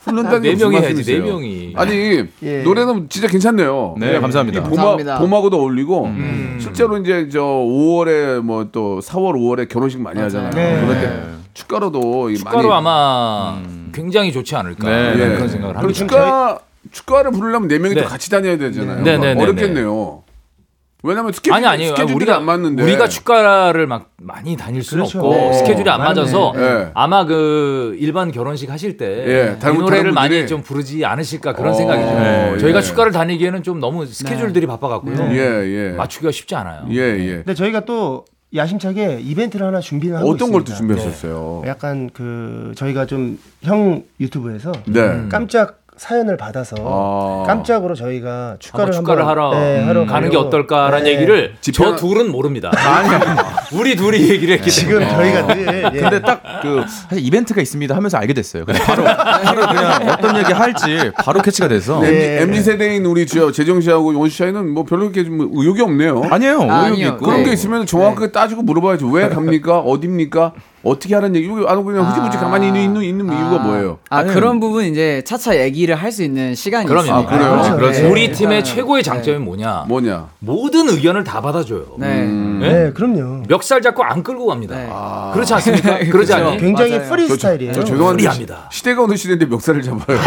[SPEAKER 1] 훌른다는
[SPEAKER 4] 네 명이 해야지,
[SPEAKER 1] 말씀이세요?
[SPEAKER 4] 네 명이.
[SPEAKER 1] 아니
[SPEAKER 6] 예.
[SPEAKER 1] 노래는 진짜 괜찮네요.
[SPEAKER 7] 네, 감사합니다.
[SPEAKER 8] 감사합니다.
[SPEAKER 1] 봄하, 고도 어울리고
[SPEAKER 4] 음.
[SPEAKER 1] 실제로 이제 저 5월에 뭐 또 4월 5월에 결혼식 많이 하잖아요.
[SPEAKER 6] 네.
[SPEAKER 1] 그런데 축가로도 이
[SPEAKER 4] 축가로
[SPEAKER 1] 많이
[SPEAKER 4] 아마 굉장히 좋지 않을까
[SPEAKER 7] 네.
[SPEAKER 4] 이런
[SPEAKER 1] 예.
[SPEAKER 4] 그런 생각을
[SPEAKER 1] 그럼
[SPEAKER 4] 합니다.
[SPEAKER 1] 축가 축가를 부르려면 네 명이
[SPEAKER 4] 네.
[SPEAKER 1] 또 같이 다녀야 되잖아요.
[SPEAKER 4] 네, 네, 네,
[SPEAKER 1] 어렵겠네요. 왜냐면 스케줄
[SPEAKER 4] 아니 아니에요. 아니,
[SPEAKER 1] 스케줄이
[SPEAKER 4] 우리가
[SPEAKER 1] 안 맞는데
[SPEAKER 4] 우리가 축가를 막 많이 다닐 수는
[SPEAKER 6] 그렇죠.
[SPEAKER 4] 없고
[SPEAKER 6] 네.
[SPEAKER 4] 스케줄이 안
[SPEAKER 6] 맞네.
[SPEAKER 4] 맞아서
[SPEAKER 1] 네.
[SPEAKER 4] 아마 그 일반 결혼식 하실 때 이
[SPEAKER 1] 예, 다른 분, 다른 분들이.
[SPEAKER 4] 노래를 많이 좀 부르지 않으실까 그런
[SPEAKER 1] 어,
[SPEAKER 4] 생각이 좀
[SPEAKER 1] 네,
[SPEAKER 4] 저희가
[SPEAKER 1] 예. 네.
[SPEAKER 4] 축가를 다니기에는 좀 너무 스케줄들이 바빠갖고요
[SPEAKER 1] 예예
[SPEAKER 4] 맞추기가 쉽지 않아요.
[SPEAKER 1] 예예
[SPEAKER 6] 근데 저희가 또 야심차게 이벤트를 하나 준비를 하고
[SPEAKER 1] 어떤
[SPEAKER 6] 있습니다. 네.
[SPEAKER 1] 걸
[SPEAKER 4] 네.
[SPEAKER 1] 또 준비했었어요.
[SPEAKER 6] 약간 그 저희가 좀 형 유튜브에서 음,
[SPEAKER 1] 네.
[SPEAKER 6] 깜짝 사연을 받아서
[SPEAKER 1] 아. 음.
[SPEAKER 6] 깜짝으로 저희가 축가를
[SPEAKER 4] 한번 축가를
[SPEAKER 6] 한번,
[SPEAKER 4] 하러,
[SPEAKER 6] 네, 하러
[SPEAKER 4] 가는 게
[SPEAKER 6] 가려고.
[SPEAKER 4] 어떨까라는
[SPEAKER 6] 네.
[SPEAKER 4] 얘기를
[SPEAKER 1] 집행하-
[SPEAKER 4] 저 둘은 모릅니다. 우리 둘이 얘기를 했기
[SPEAKER 6] 지금
[SPEAKER 4] 때문에
[SPEAKER 6] 저희가 늘 예.
[SPEAKER 7] 근데 딱 그 사실 이벤트가 있습니다 하면서 알게 됐어요. 그냥 바로 바로 그냥 어떤 얘기 할지 바로 캐치가 돼서
[SPEAKER 1] 네. MZ 세대인 우리 저 재정 씨하고 원씨 씨는 뭐 별로 이렇게 좀 의욕이 없네요.
[SPEAKER 7] 아니에요.
[SPEAKER 8] 아,
[SPEAKER 7] 의욕이
[SPEAKER 8] 아니요.
[SPEAKER 7] 있고
[SPEAKER 1] 그런
[SPEAKER 8] 네.
[SPEAKER 1] 게 있으면 정확하게 따지고 물어봐야죠. 왜
[SPEAKER 6] *laughs*
[SPEAKER 1] 갑니까? 어딥니까? 어떻게 하는 얘기? 이거 안 하고 그냥
[SPEAKER 6] 아.
[SPEAKER 1] 흐지부지 가만히 있는, 있는, 있는 이유가 뭐예요?
[SPEAKER 8] 아
[SPEAKER 7] 아니면-
[SPEAKER 8] 그런 부분 이제 차차 얘기를 할 수 있는 시간이
[SPEAKER 4] 그럼요.
[SPEAKER 8] 있으니까.
[SPEAKER 4] 아, 그래요?
[SPEAKER 1] 그렇죠. 그렇죠.
[SPEAKER 4] 우리
[SPEAKER 8] 네.
[SPEAKER 4] 팀의
[SPEAKER 8] 일단은-
[SPEAKER 4] 최고의 장점이 뭐냐?
[SPEAKER 1] 뭐냐?
[SPEAKER 4] 모든 의견을 다 받아줘요.
[SPEAKER 8] 네.
[SPEAKER 1] 음.
[SPEAKER 4] 예?
[SPEAKER 6] 네, 그럼요.
[SPEAKER 4] 멱살 잡고 안 끌고 갑니다.
[SPEAKER 8] 네.
[SPEAKER 4] 그렇지 않습니까? 그러지
[SPEAKER 8] 그렇죠.
[SPEAKER 4] 않니? *laughs*
[SPEAKER 6] 굉장히
[SPEAKER 8] 맞아요.
[SPEAKER 1] 저, 저,
[SPEAKER 6] 프리스타일이에요.
[SPEAKER 1] 저 죄송한데
[SPEAKER 4] 프리합니다.
[SPEAKER 1] 시- 시대가 어느 시대인데 멱살을 잡아요.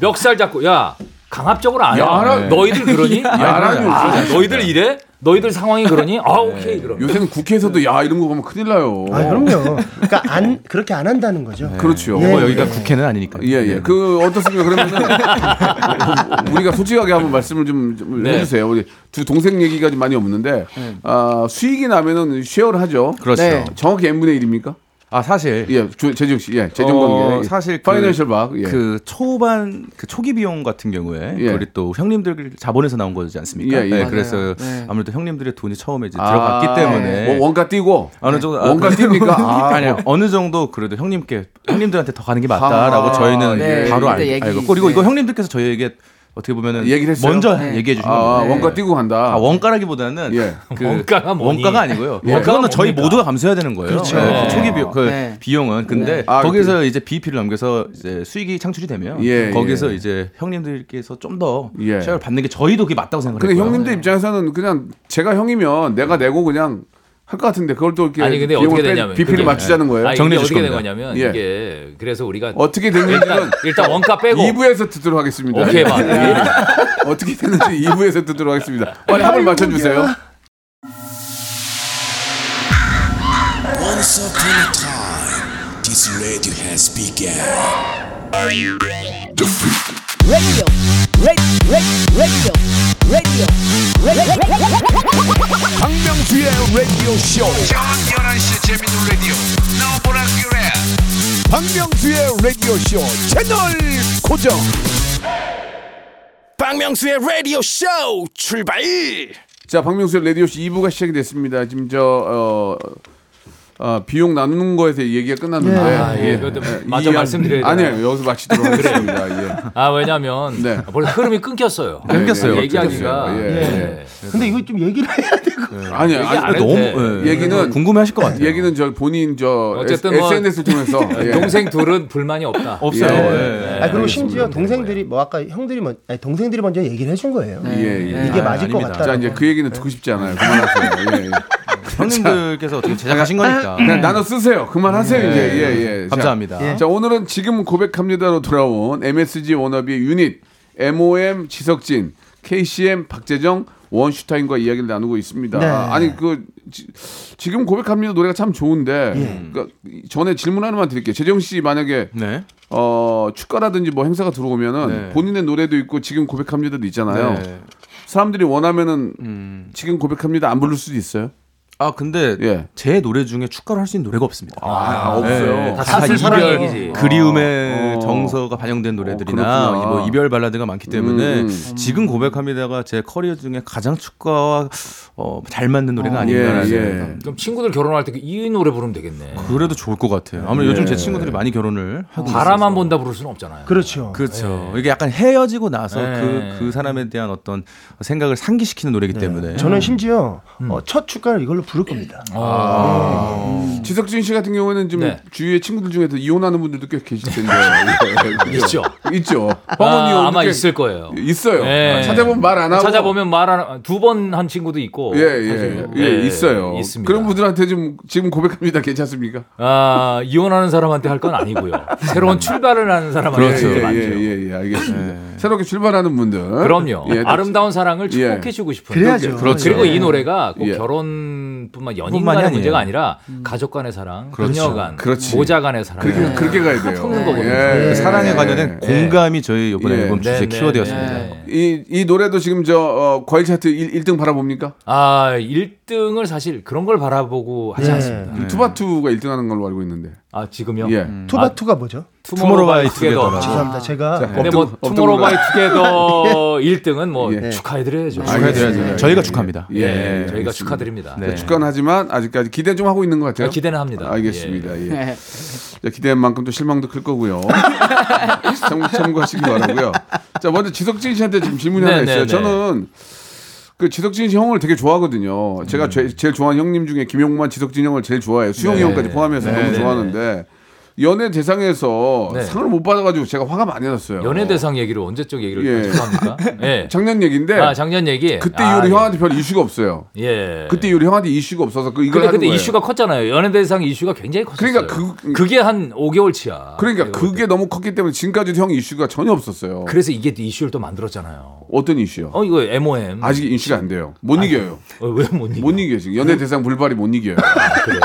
[SPEAKER 4] 멱살 잡고 야 강압적으로 안 해.
[SPEAKER 1] 야라-
[SPEAKER 4] 너희들 그러니?
[SPEAKER 1] 야라는
[SPEAKER 4] 아,
[SPEAKER 1] 요새
[SPEAKER 4] 너희들 이래? 너희들 상황이 그러니? 아 오케이 그럼.
[SPEAKER 1] 요새는 국회에서도 야 이런 거 보면 큰일 나요.
[SPEAKER 4] 네.
[SPEAKER 6] 아, 그럼요. 그러니까 안 그렇게 안 한다는 거죠.
[SPEAKER 1] 그렇죠.
[SPEAKER 6] 예.
[SPEAKER 7] 뭐 여기가 국회는 아니니까. 네.
[SPEAKER 1] 예, 예. 그, 어떻습니까? 그러면은, *laughs* 우리가 솔직하게 한번 말씀을 좀, 좀
[SPEAKER 4] 네.
[SPEAKER 1] 해주세요. 우리 두 동생 얘기가 좀 많이 없는데, 아, 수익이 나면은 쉐어를 하죠.
[SPEAKER 7] 그렇죠.
[SPEAKER 8] 네.
[SPEAKER 1] 정확히 n분의 1입니까?
[SPEAKER 7] 아 사실
[SPEAKER 1] 예, 조- 재정 씨, 예, 재정 관계.
[SPEAKER 7] 어, 사실 그-
[SPEAKER 1] 파이낸셜 박, 예.
[SPEAKER 7] 그 초반 그 초기 비용 같은 경우에
[SPEAKER 1] 예.
[SPEAKER 7] 우리 또 형님들 자본에서 나온 거지 않습니까?
[SPEAKER 1] 예, 예.
[SPEAKER 7] 네,
[SPEAKER 1] 맞아요.
[SPEAKER 7] 그래서
[SPEAKER 8] 네.
[SPEAKER 7] 아무래도 형님들의 돈이 처음에 이제
[SPEAKER 1] 아,
[SPEAKER 7] 들어갔기 때문에
[SPEAKER 1] 뭐 원가 띄고
[SPEAKER 7] 어느 정도 아,
[SPEAKER 1] 원가
[SPEAKER 7] 그래도-
[SPEAKER 1] 띄니까 아,
[SPEAKER 7] *laughs* 아니요 어느 정도 그래도 형님께 형님들한테 더 가는 게 맞다라고
[SPEAKER 1] 아,
[SPEAKER 7] 저희는
[SPEAKER 8] 네.
[SPEAKER 7] 바로 알,
[SPEAKER 8] 그때 얘기-
[SPEAKER 7] 알고 그리고
[SPEAKER 8] 네.
[SPEAKER 7] 이거 형님들께서 저희에게 어떻게 보면은
[SPEAKER 1] 얘기를 했어요?
[SPEAKER 7] 먼저
[SPEAKER 8] 네.
[SPEAKER 7] 얘기해 주신
[SPEAKER 1] 아,
[SPEAKER 7] 겁니다.
[SPEAKER 1] 원가 띄고 간다.
[SPEAKER 7] 아, 원가라기보다는
[SPEAKER 1] 예.
[SPEAKER 7] 그
[SPEAKER 4] 원가가 뭐니?
[SPEAKER 7] 원가가 아니고요.
[SPEAKER 4] 예.
[SPEAKER 7] 원가는 저희
[SPEAKER 4] 뭡니까?
[SPEAKER 7] 모두가 감수해야 되는 거예요.
[SPEAKER 6] 그렇죠.
[SPEAKER 7] 예,
[SPEAKER 4] 네.
[SPEAKER 7] 그 초기 비용, 그
[SPEAKER 8] 네.
[SPEAKER 7] 비용은 근데
[SPEAKER 1] 아,
[SPEAKER 7] 거기서 이제 BEP를 넘겨서 이제 수익이 창출이 되면
[SPEAKER 1] 예,
[SPEAKER 7] 거기서
[SPEAKER 1] 예.
[SPEAKER 7] 이제 형님들께서 좀 더
[SPEAKER 1] 예.
[SPEAKER 7] 쉐어를 받는 게 저희도 그게 맞다고 생각해요.
[SPEAKER 1] 근데 형님들 입장에서는 그냥 제가 형이면 내가 내고 그냥 할 것 같은데 그걸 또 이렇게
[SPEAKER 4] 아니 근데
[SPEAKER 1] 비용을
[SPEAKER 4] 어떻게
[SPEAKER 1] 빼-
[SPEAKER 4] 되냐면
[SPEAKER 1] 비피를
[SPEAKER 4] 그게-
[SPEAKER 1] 맞추자는 거예요.
[SPEAKER 4] 아니,
[SPEAKER 7] 정리해
[SPEAKER 4] 이게 어떻게
[SPEAKER 7] 주실
[SPEAKER 4] 된
[SPEAKER 7] 겁니다.
[SPEAKER 4] 거냐면
[SPEAKER 1] 예.
[SPEAKER 4] 이게 그래서 우리가
[SPEAKER 1] 어떻게 됐는지는
[SPEAKER 4] 일단, 일단 원가 빼고
[SPEAKER 1] 2부에서 듣도록 하겠습니다. 예.
[SPEAKER 4] 오케이 봐.
[SPEAKER 1] *laughs* 어떻게 됐는지 2부에서 듣도록 하겠습니다. 빨리 합을 맞춰주세요.
[SPEAKER 5] Once upon a time, this radio has begun. 박명수의 라디오 쇼. 박명수의 라디오 쇼 채널 고정. 박명수의 라디오 쇼 출발.
[SPEAKER 1] 자, 박명수의 라디오쇼 2부가 시작이 됐습니다. 지금 저, 어, 어, 비용 나누는 거에서 얘기가 끝났는데.
[SPEAKER 4] 아, 예. 그것도 맞아
[SPEAKER 1] 이 양-
[SPEAKER 4] 말씀드려야 돼요.
[SPEAKER 1] 아니에요. 여기서 마치도록
[SPEAKER 4] *laughs*
[SPEAKER 1] 하겠습니다. 예.
[SPEAKER 4] 아 왜냐면
[SPEAKER 1] 네.
[SPEAKER 4] 벌써 흐름이 끊겼어요. 네,
[SPEAKER 7] 끊겼어요.
[SPEAKER 4] 얘기하기가
[SPEAKER 1] 끊겼어요.
[SPEAKER 4] 네.
[SPEAKER 1] 예, 예.
[SPEAKER 6] 근데 이거 좀 얘기를 해야 되고.
[SPEAKER 1] 아니, 아니,
[SPEAKER 4] 안 해도
[SPEAKER 7] 너무
[SPEAKER 4] 돼.
[SPEAKER 7] 예,
[SPEAKER 1] 네. 얘기는-
[SPEAKER 7] 궁금해하실 것 같아요.
[SPEAKER 1] 얘기는 저 본인 저
[SPEAKER 4] 어쨌든 뭐-
[SPEAKER 1] SNS를 통해서 예.
[SPEAKER 4] *laughs* 동생 둘은 불만이 없다.
[SPEAKER 7] 없어요.
[SPEAKER 1] 예.
[SPEAKER 4] 네,
[SPEAKER 7] 예.
[SPEAKER 6] 아, 그리고 심지어
[SPEAKER 4] 되는
[SPEAKER 6] 동생들이 뭐 아까 형들이 먼저 아니, 동생들이 먼저 얘기를 해준 거예요.
[SPEAKER 4] 네.
[SPEAKER 1] 예, 예.
[SPEAKER 6] 이게
[SPEAKER 7] 아,
[SPEAKER 6] 맞을
[SPEAKER 7] 아닙니다.
[SPEAKER 6] 것 같다.
[SPEAKER 1] 자, 이제 그 얘기는 듣고 싶지 않아요. 그만하세요. 예, 예.
[SPEAKER 7] 형님들께서 어떻게 제작하신 거니까.
[SPEAKER 1] 아, 그냥 네, 나눠 쓰세요. 그만하세요. 이제 예, 예. 자,
[SPEAKER 7] 네. 감사합니다.
[SPEAKER 1] 자, 오늘은 지금 고백합니다로 돌아온 MSG 워너비 유닛 MOM 지석진, KCM 박재정, 원슈타인과 이야기를 나누고 있습니다.
[SPEAKER 6] 네.
[SPEAKER 1] 아니 그 지, 지금 고백합니다 노래가 참 좋은데 그러니까 전에 질문 하나만 드릴게요. 재정 씨 만약에
[SPEAKER 7] 네.
[SPEAKER 1] 어, 축가라든지 뭐 행사가 들어오면은
[SPEAKER 7] 네.
[SPEAKER 1] 본인의 노래도 있고 지금 고백합니다도 있잖아요.
[SPEAKER 7] 네.
[SPEAKER 1] 사람들이 원하면은
[SPEAKER 7] 음.
[SPEAKER 1] 지금 고백합니다 안 부를 수도 있어요.
[SPEAKER 7] 아 근데
[SPEAKER 1] 예.
[SPEAKER 7] 제 노래 중에 축가를 할 수 있는 노래가 없습니다.
[SPEAKER 1] 아, 없어요.
[SPEAKER 7] 네,
[SPEAKER 4] 다 사슬 사랑
[SPEAKER 7] 이별,
[SPEAKER 4] 얘기지.
[SPEAKER 7] 그리움의
[SPEAKER 1] 어.
[SPEAKER 7] 정서가 반영된
[SPEAKER 1] 어,
[SPEAKER 7] 노래들이나
[SPEAKER 1] 그렇구나.
[SPEAKER 7] 뭐 이별 발라드가 많기 때문에
[SPEAKER 1] 음,
[SPEAKER 7] 지금 고백합니다가 제 커리어 중에 가장 축가와 어, 잘 맞는 노래가 아닌가
[SPEAKER 1] 예,
[SPEAKER 7] 생각합니다.
[SPEAKER 1] 예.
[SPEAKER 4] 그럼 친구들 결혼할 때 이 노래 부르면 되겠네.
[SPEAKER 7] 그래도 좋을 것 같아요.
[SPEAKER 1] 예.
[SPEAKER 7] 아무래도 요즘 제 친구들이 많이 결혼을 하고
[SPEAKER 4] 바라만 본다 부를 수는 없잖아요.
[SPEAKER 6] 그렇죠.
[SPEAKER 7] 그렇죠.
[SPEAKER 1] 예.
[SPEAKER 7] 이게 약간 헤어지고 나서
[SPEAKER 4] 예.
[SPEAKER 7] 그, 그 사람에 대한 어떤 생각을 상기시키는
[SPEAKER 1] 네.
[SPEAKER 7] 노래이기 때문에
[SPEAKER 4] 음.
[SPEAKER 6] 저는 심지어 어, 첫 축가를 이걸로 부를 겁니다.
[SPEAKER 4] 아,
[SPEAKER 6] 네.
[SPEAKER 1] 아. 지석진 씨 같은 경우에는 지금
[SPEAKER 4] 네.
[SPEAKER 1] 주위의 친구들 중에서 이혼하는 분들도 꽤 계실 텐데.
[SPEAKER 4] *laughs* 있죠.
[SPEAKER 1] 있죠.
[SPEAKER 4] 아,
[SPEAKER 1] 형은
[SPEAKER 4] 아마
[SPEAKER 1] 이렇게
[SPEAKER 4] 있을 거예요.
[SPEAKER 1] 있어요.
[SPEAKER 4] 예.
[SPEAKER 1] 찾아보면 말 안 하고
[SPEAKER 4] 찾아보면 뭐 말안 두 번 한 친구도 있고.
[SPEAKER 1] 예, 예,
[SPEAKER 4] 사실은.
[SPEAKER 1] 예, 있어요.
[SPEAKER 4] 네, 있습니다.
[SPEAKER 1] 그런 분들한테 지금 지금 고백합니다. 괜찮습니까?
[SPEAKER 4] 아, 이혼하는 사람한테 할 건 아니고요. 새로운 출발을 하는 사람한테
[SPEAKER 1] 음. 예,
[SPEAKER 4] 하는 게
[SPEAKER 1] 예,
[SPEAKER 4] 그렇죠. 많죠. 네.
[SPEAKER 1] 예, 예, 알겠습니다. 새롭게 출발하는 분들.
[SPEAKER 4] 그럼요.
[SPEAKER 1] 예,
[SPEAKER 4] 아름다운 사랑을
[SPEAKER 1] 예.
[SPEAKER 4] 축복해주고 싶은.
[SPEAKER 6] 그래야죠.
[SPEAKER 1] 그렇죠.
[SPEAKER 4] 그리고
[SPEAKER 1] 예.
[SPEAKER 4] 이 노래가 꼭
[SPEAKER 1] 예.
[SPEAKER 4] 결혼뿐만 연인
[SPEAKER 7] 뿐만이
[SPEAKER 4] 간의
[SPEAKER 7] 아니에요. 음.
[SPEAKER 4] 문제가 아니라 가족 간의 사랑, 그렇죠. 그녀 간,
[SPEAKER 1] 그렇죠. 그렇지.
[SPEAKER 4] 모자 간의 사랑.
[SPEAKER 1] 그렇게
[SPEAKER 7] 네.
[SPEAKER 1] 그렇게 가야 돼요.
[SPEAKER 4] 섞는 거거든요.
[SPEAKER 7] 그 사랑에 관련된
[SPEAKER 1] 예.
[SPEAKER 7] 공감이 저희 이번에
[SPEAKER 1] 예.
[SPEAKER 7] 앨범 주제
[SPEAKER 4] 네, 네,
[SPEAKER 7] 키워드였습니다.
[SPEAKER 4] 네.
[SPEAKER 1] 이, 이 노래도 지금 저 어, 과일 차트 1, 등 바라봅니까?
[SPEAKER 4] 아, 1등을 사실 그런 걸 바라보고 하지
[SPEAKER 7] 네.
[SPEAKER 6] 예.
[SPEAKER 4] 않습니다.
[SPEAKER 1] 투바투가 1등 하는 걸로 알고 있는데.
[SPEAKER 4] 아, 지금요?
[SPEAKER 1] 예.
[SPEAKER 4] 아.
[SPEAKER 6] 투바투가 뭐죠?
[SPEAKER 4] 투모로우바이
[SPEAKER 7] 투모로우바이 투게더라고.
[SPEAKER 4] 투게더.
[SPEAKER 6] 죄송합니다. 제가
[SPEAKER 1] 자,
[SPEAKER 4] 근데
[SPEAKER 1] 업등-
[SPEAKER 4] 뭐
[SPEAKER 1] 업등으로
[SPEAKER 4] 투모로우바이
[SPEAKER 1] 가-
[SPEAKER 4] 투게더 1등은 뭐
[SPEAKER 1] *laughs* 예.
[SPEAKER 4] 축하해드려야죠.
[SPEAKER 1] 알겠습니다.
[SPEAKER 7] 축하해드려야죠. 저희가 축하합니다.
[SPEAKER 1] 예.
[SPEAKER 4] 예, 저희가
[SPEAKER 1] 알겠습니다.
[SPEAKER 4] 축하드립니다.
[SPEAKER 7] 네.
[SPEAKER 1] 축하는 하지만 아직까지 기대 좀 하고 있는 것 같아요.
[SPEAKER 4] 아, 기대는 합니다.
[SPEAKER 1] 알겠습니다. 예. *laughs* 자, 기대한 만큼 또 실망도 클 거고요. *laughs* 참, 참고하시기 바라고요. 자, 먼저 지석진 씨한테 지금 질문이 하나
[SPEAKER 4] 네, 네,
[SPEAKER 1] 있어요.
[SPEAKER 4] 네.
[SPEAKER 1] 저는 그 지석진 씨 형을 되게 좋아하거든요.
[SPEAKER 4] 음.
[SPEAKER 1] 제가 제, 일 좋아하는 형님 중에 김용만, 지석진 형을 제일 좋아해요. 수영이
[SPEAKER 4] 네.
[SPEAKER 1] 형까지 포함해서 너무 좋아하는데 연예 대상에서
[SPEAKER 4] 네.
[SPEAKER 1] 상을 못 받아가지고 제가 화가 많이 났어요.
[SPEAKER 4] 연예 대상 얘기를 언제적 얘기를
[SPEAKER 1] 예.
[SPEAKER 4] 계속
[SPEAKER 1] *laughs*
[SPEAKER 4] 합니까? 예.
[SPEAKER 1] 작년 얘기인데
[SPEAKER 4] 아, 작년 얘기.
[SPEAKER 1] 그때
[SPEAKER 4] 아,
[SPEAKER 1] 이후로
[SPEAKER 4] 예.
[SPEAKER 1] 형한테 별 이슈가 없어요.
[SPEAKER 4] 예.
[SPEAKER 1] 그때 이후로 형한테 이슈가 없어서 그 이걸
[SPEAKER 4] 근데
[SPEAKER 1] 하는
[SPEAKER 4] 그때
[SPEAKER 1] 거예요.
[SPEAKER 4] 이슈가 컸잖아요. 연예대상 이슈가 굉장히 컸어요.
[SPEAKER 1] 그러니까 그-
[SPEAKER 4] 게한 5개월치야.
[SPEAKER 1] 그러니까 그게 너무 컸기 때문에 지금까지도 형 이슈가 전혀 없었어요.
[SPEAKER 4] 그래서 이게 이슈를 또 만들었잖아요.
[SPEAKER 1] 어떤 이슈요?
[SPEAKER 4] 어 이거 MOM.
[SPEAKER 1] 아직 인식이 안 돼요. 못 이겨요.
[SPEAKER 4] 어, 왜못 이겨?
[SPEAKER 1] 못 이겨 지금 연예 대상 불발이 못 이겨요. *laughs*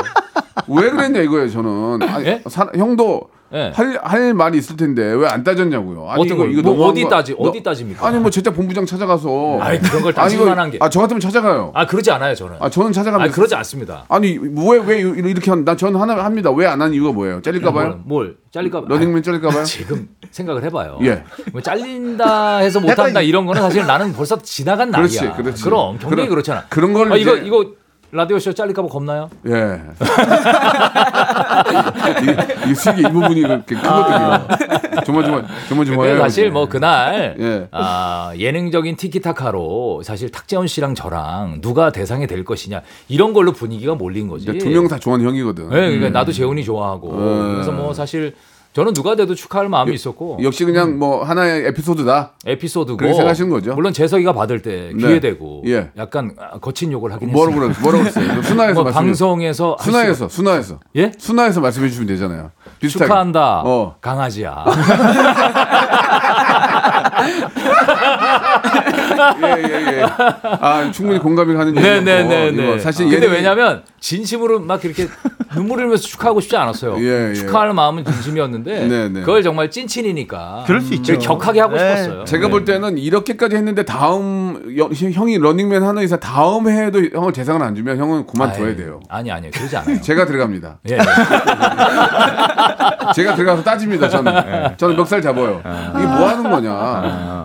[SPEAKER 1] 왜 그랬냐 이거예요 저는. 아니,
[SPEAKER 4] 아, 예?
[SPEAKER 1] 사- 형도
[SPEAKER 4] 예.
[SPEAKER 1] 할, 할 말이 있을 텐데 왜 안 따졌냐고요. 아니
[SPEAKER 4] 어떤
[SPEAKER 1] 이거
[SPEAKER 4] 걸?
[SPEAKER 1] 이거
[SPEAKER 4] 뭐
[SPEAKER 1] 너무한
[SPEAKER 4] 어디
[SPEAKER 1] 거-
[SPEAKER 4] 따지-
[SPEAKER 1] 너-
[SPEAKER 4] 어디 따집니까?
[SPEAKER 1] 아니 뭐 제작 본부장 찾아가서.
[SPEAKER 4] 아이, 그런 걸
[SPEAKER 1] 아니,
[SPEAKER 4] 따질
[SPEAKER 1] 이거-
[SPEAKER 4] 만한 게.
[SPEAKER 1] 아, 저 같으면 찾아가요.
[SPEAKER 4] 아 그러지 않아요 저는.
[SPEAKER 1] 아 저는
[SPEAKER 4] 아
[SPEAKER 1] 찾아갑니다.
[SPEAKER 4] 그러지 않습니다.
[SPEAKER 1] 아니 왜왜 이렇게 한? 난 저는 하나 합니다. 왜 안 하는 이유가 뭐예요? 잘릴까봐요.
[SPEAKER 4] 뭘, 뭘 잘릴까 봐.
[SPEAKER 1] 러닝맨 잘릴까봐요.
[SPEAKER 4] 아, *laughs* 지금 생각을 해봐요.
[SPEAKER 1] 예.
[SPEAKER 4] 뭐 잘린다 해서 못한다 이런 거는 사실 나는 벌써 지나간
[SPEAKER 1] 그렇지,
[SPEAKER 4] 날이야.
[SPEAKER 1] 그렇지.
[SPEAKER 4] 럼 경력이
[SPEAKER 1] 그런-
[SPEAKER 4] 그렇잖아
[SPEAKER 1] 그런 걸
[SPEAKER 4] 아, 이거
[SPEAKER 1] 이제-
[SPEAKER 4] 이거 라디오 쇼 잘릴까 봐 겁나요?
[SPEAKER 1] 예. *laughs* 이, 이 수익의 일부분이 그렇게 크거든요. 조마조마 조마조마해요.
[SPEAKER 4] 아. 근데 사실 뭐 그날
[SPEAKER 1] 예.
[SPEAKER 4] 아, 예능적인 티키타카로 사실 탁재훈 씨랑 저랑 누가 대상이 될 것이냐 이런 걸로 분위기가 몰린 거지.
[SPEAKER 1] 두 명 음. 네. 다 좋아하는 형이거든.
[SPEAKER 4] 네, 그러니까 나도 재훈이 좋아하고 그래서 뭐 사실 저는 누가 돼도 축하할 마음이 있었고
[SPEAKER 1] 역시 그냥 뭐 하나의 에피소드다.
[SPEAKER 4] 에피소드고
[SPEAKER 1] 그렇게 생각하시는 거죠?
[SPEAKER 4] 물론 재석이가 받을 때
[SPEAKER 1] 네.
[SPEAKER 4] 기회되고
[SPEAKER 1] 예. 약간
[SPEAKER 4] 약간 아, 거친 욕을 하긴
[SPEAKER 1] 뭐라고
[SPEAKER 4] 했어요.
[SPEAKER 1] 그랬어요? 뭐라고 그랬어요? 순화에서
[SPEAKER 4] 뭐
[SPEAKER 1] 말씀해
[SPEAKER 4] 방송에서 할 수-
[SPEAKER 1] 순화에서 순화에서
[SPEAKER 4] 예?
[SPEAKER 1] 순화에서 말씀해 주시면 되잖아요. 비슷하게.
[SPEAKER 4] 축하한다
[SPEAKER 1] 어.
[SPEAKER 4] 강아지야.
[SPEAKER 1] 예예 예. 아 충분히 공감이 가는 얘기고.
[SPEAKER 4] 네네네네. 아,
[SPEAKER 1] 이거 사실
[SPEAKER 4] 근데
[SPEAKER 1] 예능이-
[SPEAKER 4] 왜냐면 진심으로 막 이렇게 눈물 흘리면서 축하하고 싶지 않았어요.
[SPEAKER 1] *laughs* 예, 예.
[SPEAKER 4] 축하할 마음은 진심이었는데
[SPEAKER 1] 네네.
[SPEAKER 4] 그걸 정말 찐친이니까
[SPEAKER 6] 그럴 수
[SPEAKER 4] 음.
[SPEAKER 6] 있죠.
[SPEAKER 4] 되게 격하게 하고
[SPEAKER 6] 그렇죠. 네.
[SPEAKER 4] 싶었어요.
[SPEAKER 1] 제가 볼 때는 이렇게까지 했는데 다음 여- 형이 런닝맨 하는 이상 다음 해에도 형을 대상을 안 주면 형은 그만둬야
[SPEAKER 4] 아이, 예.
[SPEAKER 1] 돼요.
[SPEAKER 4] 아니 아니요 그러지
[SPEAKER 1] *laughs*
[SPEAKER 4] 않아요.
[SPEAKER 1] 제가 들어갑니다.
[SPEAKER 4] 예.
[SPEAKER 1] 제가 들어가서 따집니다.
[SPEAKER 4] 아.
[SPEAKER 1] 저는 예. 저는 멱살 잡아요. 이게 뭐 하는 거냐?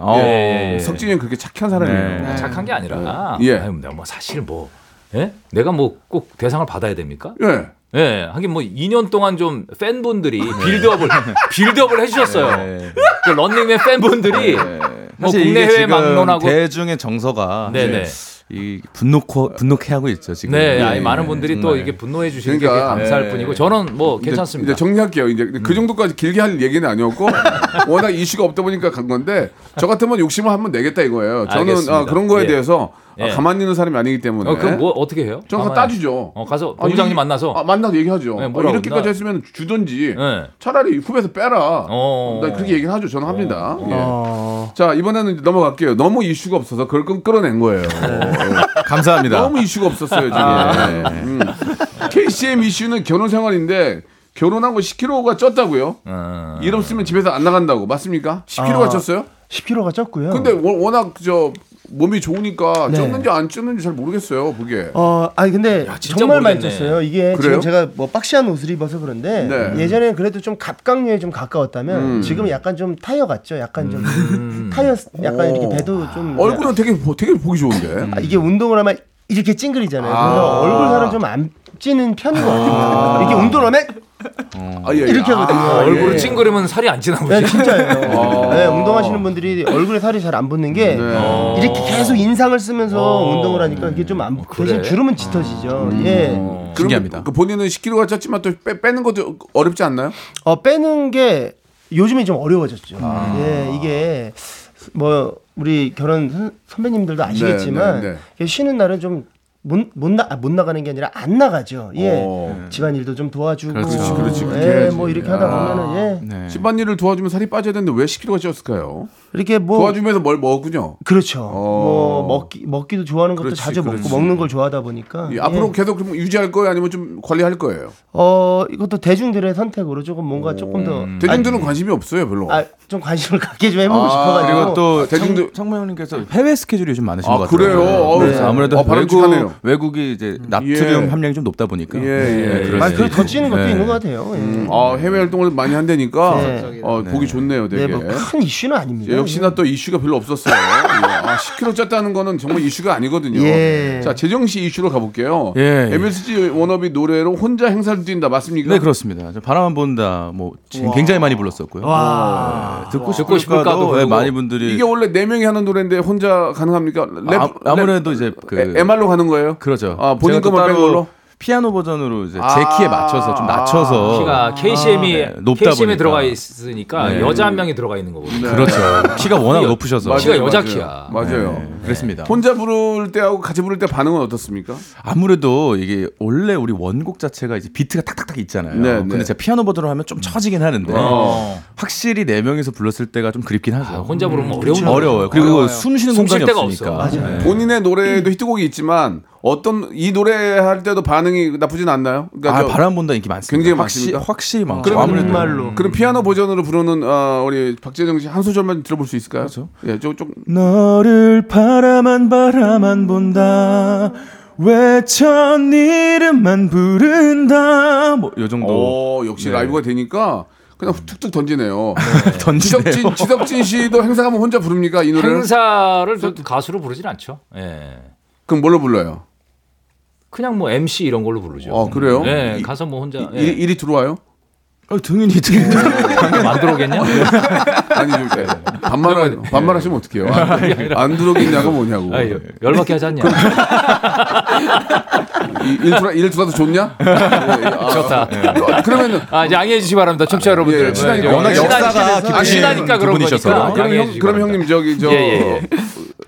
[SPEAKER 7] 어.
[SPEAKER 4] 예, 예.
[SPEAKER 1] 석진이 형 그렇게 착한 사람이에요.
[SPEAKER 4] 착한 게 아니라
[SPEAKER 1] 예.
[SPEAKER 4] 아유, 내가 뭐 사실 뭐 예? 내가 뭐 꼭 대상을 받아야 됩니까?
[SPEAKER 1] 예.
[SPEAKER 4] 예, 하긴 뭐 2년 동안 좀 팬분들이
[SPEAKER 1] 네.
[SPEAKER 4] 빌드업을 빌드업을 해주셨어요. 그 런닝맨 팬분들이
[SPEAKER 1] 네.
[SPEAKER 4] 뭐
[SPEAKER 7] 사실
[SPEAKER 4] 국내
[SPEAKER 7] 이게
[SPEAKER 4] 해외
[SPEAKER 7] 지금
[SPEAKER 4] 막론하고
[SPEAKER 7] 대중의 정서가
[SPEAKER 4] 네네.
[SPEAKER 7] 이 분노코 분노케 하고 있죠 지금.
[SPEAKER 4] 네, 아니,
[SPEAKER 7] 예,
[SPEAKER 4] 많은
[SPEAKER 7] 예,
[SPEAKER 4] 분들이
[SPEAKER 7] 정말.
[SPEAKER 4] 또 이렇게 분노해 주시는 게
[SPEAKER 1] 그러니까,
[SPEAKER 4] 되게 감사할
[SPEAKER 7] 예.
[SPEAKER 4] 뿐이고 저는 뭐
[SPEAKER 1] 이제-
[SPEAKER 4] 괜찮습니다. 음.
[SPEAKER 1] 이제 정리할게요. 이제 그 정도까지 길게 할 얘기는
[SPEAKER 4] *laughs*
[SPEAKER 1] 아니었고 워낙 이슈가 없다 보니까 간 건데 저 같으면 욕심을 한번 내겠다 이거예요. 저는
[SPEAKER 4] 알겠습니다.
[SPEAKER 1] 아, 그런 거에
[SPEAKER 4] 예.
[SPEAKER 1] 대해서 아,
[SPEAKER 4] 예.
[SPEAKER 1] 가만히 있는 사람이 아니기 때문에.
[SPEAKER 4] 어, 그럼 뭐 어떻게 해요?
[SPEAKER 1] 네. 저는 가서
[SPEAKER 4] 가만히-
[SPEAKER 1] 따지죠.
[SPEAKER 4] 어, 가서
[SPEAKER 1] 아니,
[SPEAKER 4] 부장님
[SPEAKER 1] 이-
[SPEAKER 4] 만나서.
[SPEAKER 1] 아, 만나서 얘기하죠.
[SPEAKER 4] 네,
[SPEAKER 1] 아,
[SPEAKER 4] 뭐라고
[SPEAKER 1] 이렇게까지
[SPEAKER 4] 그러나?
[SPEAKER 1] 했으면 주던지
[SPEAKER 4] 네.
[SPEAKER 1] 차라리 후배에서 빼라.
[SPEAKER 4] 어.
[SPEAKER 1] 나 그렇게 얘기를 하죠. 저는 합니다. 예.
[SPEAKER 6] 어,
[SPEAKER 1] 자 이번에는 이제 넘어갈게요. 너무 이슈가 없어서 그걸 끈 끌어낸 거예요. *laughs*
[SPEAKER 7] 감사합니다.
[SPEAKER 1] 너무 이슈가 없었어요 지금.
[SPEAKER 4] 아.
[SPEAKER 1] 음. KCM 이슈는 결혼 생활인데 결혼한 거 10kg가 쪘다고요?
[SPEAKER 4] 음.
[SPEAKER 1] 이름 쓰면 집에서 안 나간다고 맞습니까? 10kg가
[SPEAKER 6] 아.
[SPEAKER 1] 쪘어요?
[SPEAKER 6] 10kg가
[SPEAKER 4] 음.
[SPEAKER 6] 쪘고요.
[SPEAKER 1] 근데 워- 워낙 저 몸이 좋으니까
[SPEAKER 6] 네.
[SPEAKER 1] 쪘는지 안 쪘는지 잘 모르겠어요. 그게.
[SPEAKER 6] 어, 아니 근데
[SPEAKER 4] 진짜
[SPEAKER 6] 정말 많이
[SPEAKER 4] 모르겠네.
[SPEAKER 6] 쪘어요. 이게
[SPEAKER 1] 그래요?
[SPEAKER 6] 지금 제가 뭐 박시한 옷을 입어서 그런데
[SPEAKER 1] 네. 음.
[SPEAKER 6] 예전에는 그래도 좀 갑각류에 좀 가까웠다면 지금 은 약간 좀 타이어 같죠. 약간 좀
[SPEAKER 4] 음.
[SPEAKER 6] 타이어 약간
[SPEAKER 1] 오. 아,
[SPEAKER 6] 이렇게 배도 좀
[SPEAKER 1] 얼굴은 되게 보- 되게 보기 좋은데.
[SPEAKER 4] 음.
[SPEAKER 6] 아, 이게 운동을 하면 이렇게 찡그리잖아요. 그래서 얼굴 살은 좀 안 찌는 편이거든요. 이렇게 운동을 하면
[SPEAKER 1] 아, 예, 예.
[SPEAKER 6] 이렇게 하거든요.
[SPEAKER 4] 얼굴을
[SPEAKER 1] 예.
[SPEAKER 4] 찡그리면 살이 안 찌나 보지.
[SPEAKER 6] 네, 진짜예요.
[SPEAKER 1] 아.
[SPEAKER 6] 네, 운동하시는 분들이 얼굴에 살이 잘 안 붙는 게
[SPEAKER 1] 네.
[SPEAKER 6] 이렇게 계속 인상을 쓰면서
[SPEAKER 4] 어.
[SPEAKER 6] 운동을 하니까 이게 좀 안,
[SPEAKER 1] 어,
[SPEAKER 6] 대신 주름은 짙어지죠.
[SPEAKER 1] 음.
[SPEAKER 6] 예.
[SPEAKER 1] 그럼
[SPEAKER 7] 신기합니다.
[SPEAKER 1] 그 본인은 10kg가 쪘지만 또 빼, 빼는 것도 어렵지 않나요?
[SPEAKER 6] 어, 빼는 게 요즘에 좀 어려워졌죠.
[SPEAKER 1] 아.
[SPEAKER 6] 예, 이게 뭐 우리 결혼 선- 선배님들도 아시겠지만
[SPEAKER 1] 네, 네,
[SPEAKER 6] 쉬는 날은 좀 못, 못, 나, 아, 못 나가는 게 아니라 안 나가죠. 예.
[SPEAKER 1] 어.
[SPEAKER 6] 집안일도 좀 도와주고.
[SPEAKER 1] 그렇지, 그렇지, 그렇게
[SPEAKER 6] 예,
[SPEAKER 1] 해야지.
[SPEAKER 6] 뭐 이렇게 하다
[SPEAKER 1] 아.
[SPEAKER 6] 보면은, 예.
[SPEAKER 7] 네.
[SPEAKER 1] 집안일을 도와주면 살이 빠져야 되는데 왜 10kg가 쪘을까요?
[SPEAKER 6] 이렇게 뭐.
[SPEAKER 1] 도와주면서 뭘 먹었군요.
[SPEAKER 6] 그렇죠.
[SPEAKER 1] 어.
[SPEAKER 6] 뭐 먹기 먹기도 좋아하는 것도
[SPEAKER 1] 그렇지,
[SPEAKER 6] 자주 먹고
[SPEAKER 1] 그렇지.
[SPEAKER 6] 먹는 걸 좋아하다 보니까
[SPEAKER 1] 이
[SPEAKER 6] 예.
[SPEAKER 1] 앞으로 계속 그럼 유지할 거예요? 아니면 좀 관리할 거예요?
[SPEAKER 6] 어 이것도 대중들의 선택으로 조금 뭔가 조금 더
[SPEAKER 7] 음.
[SPEAKER 1] 대중들은 관심이 없어요, 별로.
[SPEAKER 6] 아, 좀 관심을 갖게 좀 해보고
[SPEAKER 1] 아,
[SPEAKER 6] 싶어가지고
[SPEAKER 1] 그리고 또 대중들-
[SPEAKER 7] 청- 청명님께서 해외 스케줄이 요즘 많으신
[SPEAKER 1] 아,
[SPEAKER 7] 것 같아요.
[SPEAKER 1] 그래요? 어우,
[SPEAKER 7] 그래서
[SPEAKER 1] 네.
[SPEAKER 7] 아무래도
[SPEAKER 1] 어, 바람직하네요.
[SPEAKER 7] 외국 외국이 이제 나트륨
[SPEAKER 1] 예.
[SPEAKER 7] 함량이 좀 높다 보니까. 네,
[SPEAKER 1] 예, 예.
[SPEAKER 7] 그럴
[SPEAKER 6] 많이
[SPEAKER 7] 수도
[SPEAKER 6] 그
[SPEAKER 7] 있고.
[SPEAKER 6] 던지는 것도
[SPEAKER 7] 네.
[SPEAKER 6] 있는 것 같아요. 예.
[SPEAKER 1] 아, 해외 활동을 많이 한다니까
[SPEAKER 6] 네.
[SPEAKER 1] 어, 보기 좋네요, 되게.
[SPEAKER 6] 네, 뭐큰 이슈는 아닙니다.
[SPEAKER 1] 예, 역시나 또 이슈가 별로 없었어요. 예. 아, 10kg 쪘다는 거는 정말 이슈가 아니거든요.
[SPEAKER 6] 예.
[SPEAKER 1] 자, 재정 씨 이슈로 가볼게요.
[SPEAKER 7] 예, 예.
[SPEAKER 1] MSG 원업이 노래로 혼자 행사를 뛴다 맞습니까?
[SPEAKER 7] 네 그렇습니다. 저 바람만 본다 뭐 지- 굉장히 많이 불렀었고요. 네, 듣고
[SPEAKER 4] 듣고 싶을까도
[SPEAKER 7] 네,
[SPEAKER 4] 부르고.
[SPEAKER 7] 많이 분들이
[SPEAKER 1] 이게 원래 네 명이 하는 노래인데 혼자 가능합니까? 랩,
[SPEAKER 7] 아, 무래도 이제 그
[SPEAKER 1] 랩, MR로 가는 거예요?
[SPEAKER 7] 그러죠.
[SPEAKER 1] 아, 본인
[SPEAKER 7] 제가 또
[SPEAKER 1] 것만 뺀
[SPEAKER 7] 따로
[SPEAKER 1] 걸로?
[SPEAKER 7] 피아노 버전으로 이제 제
[SPEAKER 1] 아.
[SPEAKER 7] 키에 맞춰서 좀 낮춰서
[SPEAKER 4] 키가 KCM이
[SPEAKER 7] 뭐- 네, 높다
[SPEAKER 4] KCM이
[SPEAKER 7] 보니까.
[SPEAKER 4] 들어가 있으니까 여자 한 명이 들어가 있는 거거든요.
[SPEAKER 1] *laughs*
[SPEAKER 7] 그렇죠. 키가 워낙 높으셔서
[SPEAKER 4] 맞아요. 키가 여자
[SPEAKER 1] 그러니까. 맞아요.
[SPEAKER 4] 키야.
[SPEAKER 1] 맞아요.
[SPEAKER 7] 네, 그렇습니다.
[SPEAKER 1] 혼자 부를 때하고 같이 부를 때 반응은 어떻습니까?
[SPEAKER 7] 아무래도 이게 원래 우리 원곡 자체가 이제 비트가 탁탁탁 있잖아요.
[SPEAKER 1] 네,
[SPEAKER 7] 근데
[SPEAKER 1] 네.
[SPEAKER 7] 제가 피아노 버전으로 하면 좀 처지긴 하는데
[SPEAKER 1] 어.
[SPEAKER 7] 확실히 네 명이서 불렀을 때가 좀 그립긴 하죠. 그렇죠.
[SPEAKER 4] 아, 혼자 부르면 어려운
[SPEAKER 7] 어려워요. 그리고
[SPEAKER 4] 어려워요.
[SPEAKER 7] 숨 쉬는
[SPEAKER 4] 숨쉴
[SPEAKER 7] 공간이
[SPEAKER 4] 데가
[SPEAKER 7] 없으니까.
[SPEAKER 4] 없어.
[SPEAKER 7] 네.
[SPEAKER 1] 본인의 노래에도 히트곡이 있지만 어떤 이 노래 할 때도 반응이 나쁘진 않나요? 그러니까
[SPEAKER 7] 아,
[SPEAKER 1] 저-
[SPEAKER 7] 바람 본다 인기 많습니다.
[SPEAKER 1] 굉장히
[SPEAKER 7] 확실히
[SPEAKER 1] 많습니까?
[SPEAKER 7] 확실히 많고
[SPEAKER 1] 그러면
[SPEAKER 7] 아무래도
[SPEAKER 6] 정말로. 음.
[SPEAKER 7] 음.
[SPEAKER 1] 그럼 피아노 버전으로 부르는 어, 우리 박재정 씨 한 소절만 들어볼 수 있을까요?
[SPEAKER 7] 그렇죠.
[SPEAKER 1] 예, 좀, 좀
[SPEAKER 7] 음. 너를 바라만 바라만 본다 외천 이름만 부른다 뭐요 정도
[SPEAKER 1] 오, 어, 역시
[SPEAKER 7] 네.
[SPEAKER 1] 라이브가 되니까 그냥 툭툭 던지네요.
[SPEAKER 7] *laughs* 던지네요.
[SPEAKER 1] 지석진, 지석진 씨도 행사 가면 혼자 부릅니까? 이 노래를?
[SPEAKER 4] 행사를 또 가수로 부르진 않죠. 예.
[SPEAKER 1] 그럼 뭘로 불러요?
[SPEAKER 4] 그냥 뭐 MC 이런 걸로 부르죠.
[SPEAKER 1] 어, 그래요?
[SPEAKER 4] 예,
[SPEAKER 1] 이-
[SPEAKER 4] 가서 뭐 혼자 예.
[SPEAKER 1] 일이, 일이 들어와요?
[SPEAKER 7] 어, 등연이 등연이
[SPEAKER 4] 안 들어오겠냐?
[SPEAKER 1] 아니, 저,
[SPEAKER 4] 네.
[SPEAKER 1] 예. 반말, 반말하시면 어떡해요? 안, 안 들어오겠냐가 뭐냐고.
[SPEAKER 4] 아, 아유, 예. 열받게 하지 않냐?
[SPEAKER 1] 이- 일, 들어, 일 들어도 좋냐? 예, 예. 아,
[SPEAKER 4] *laughs* 좋다.
[SPEAKER 1] 아,
[SPEAKER 4] *laughs*
[SPEAKER 1] 그러면은.
[SPEAKER 4] 아, 이제 양해해 주시기 바랍니다. 청취자 여러분들.
[SPEAKER 1] 예, 친하니까.
[SPEAKER 4] 예,
[SPEAKER 1] 워낙
[SPEAKER 4] 친하니까.
[SPEAKER 7] 역사가 깊으신
[SPEAKER 4] 아, 친하니까 그런
[SPEAKER 7] 분이셔서.
[SPEAKER 4] 거니까.
[SPEAKER 1] 그럼,
[SPEAKER 4] 양해해
[SPEAKER 1] 형,
[SPEAKER 4] 주시기
[SPEAKER 1] 그럼
[SPEAKER 4] 바랍니다.
[SPEAKER 1] 형님, 저기, 저.
[SPEAKER 4] 예, 예, 예.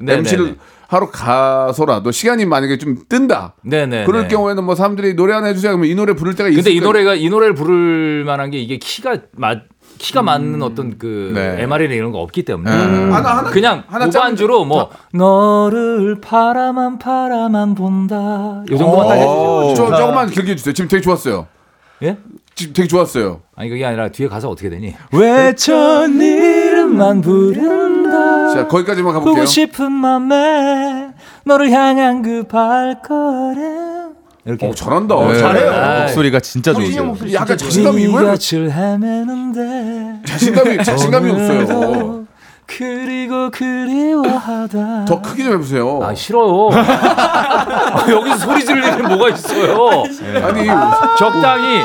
[SPEAKER 4] 네,
[SPEAKER 1] MC를
[SPEAKER 4] 네, 네.
[SPEAKER 1] 하러 가서라도 시간이 만약에 좀 뜬다.
[SPEAKER 4] 네네.
[SPEAKER 1] 그럴 경우에는 뭐 사람들이 노래 하나 해주세요. 그러면 이 노래 부를 때가 있을
[SPEAKER 4] 근데 이
[SPEAKER 1] 거예요.
[SPEAKER 4] 노래가 이 노래를 부를 만한 게 이게 키가 맞 키가 맞는 어떤 그
[SPEAKER 1] 음,
[SPEAKER 7] 네.
[SPEAKER 4] MR이나 이런 거 없기 때문에 음.
[SPEAKER 1] 하나, 하나.
[SPEAKER 4] 그냥
[SPEAKER 1] 하나
[SPEAKER 4] 무반주로 뭐 너를 바라만 바라만 본다 이
[SPEAKER 1] 어.
[SPEAKER 4] 정도만 딱 해주죠.
[SPEAKER 1] 저, 조금만 길게 해주세요. 지금 되게 좋았어요.
[SPEAKER 4] 네. 어, 예?
[SPEAKER 1] 지금 되게 좋았어요.
[SPEAKER 4] 아니 그게 아니라 뒤에 가서 어떻게 되니?
[SPEAKER 7] 외천
[SPEAKER 4] 이름만 부른다
[SPEAKER 1] 자, 거기까지만 가볼게요.
[SPEAKER 4] 싶은 맘에 너를 향한 그 발걸음 이렇게
[SPEAKER 1] 어, 잘한다.
[SPEAKER 7] 잘해요
[SPEAKER 4] 아,
[SPEAKER 7] 목소리가 진짜
[SPEAKER 6] 형
[SPEAKER 7] 좋으세요
[SPEAKER 6] 목소리
[SPEAKER 1] 약간
[SPEAKER 6] 진짜
[SPEAKER 1] 자신감이 이거야.
[SPEAKER 4] 곁을 헤매는데
[SPEAKER 1] 자신감이 자신감이 없어요.
[SPEAKER 4] 그리고 그리워하다
[SPEAKER 1] 더 크게 좀 해보세요.
[SPEAKER 4] 아 *laughs* 싫어요. 아, 여기서 소리 지를 일이 뭐가 있어요? 네.
[SPEAKER 1] 아니
[SPEAKER 4] 적당히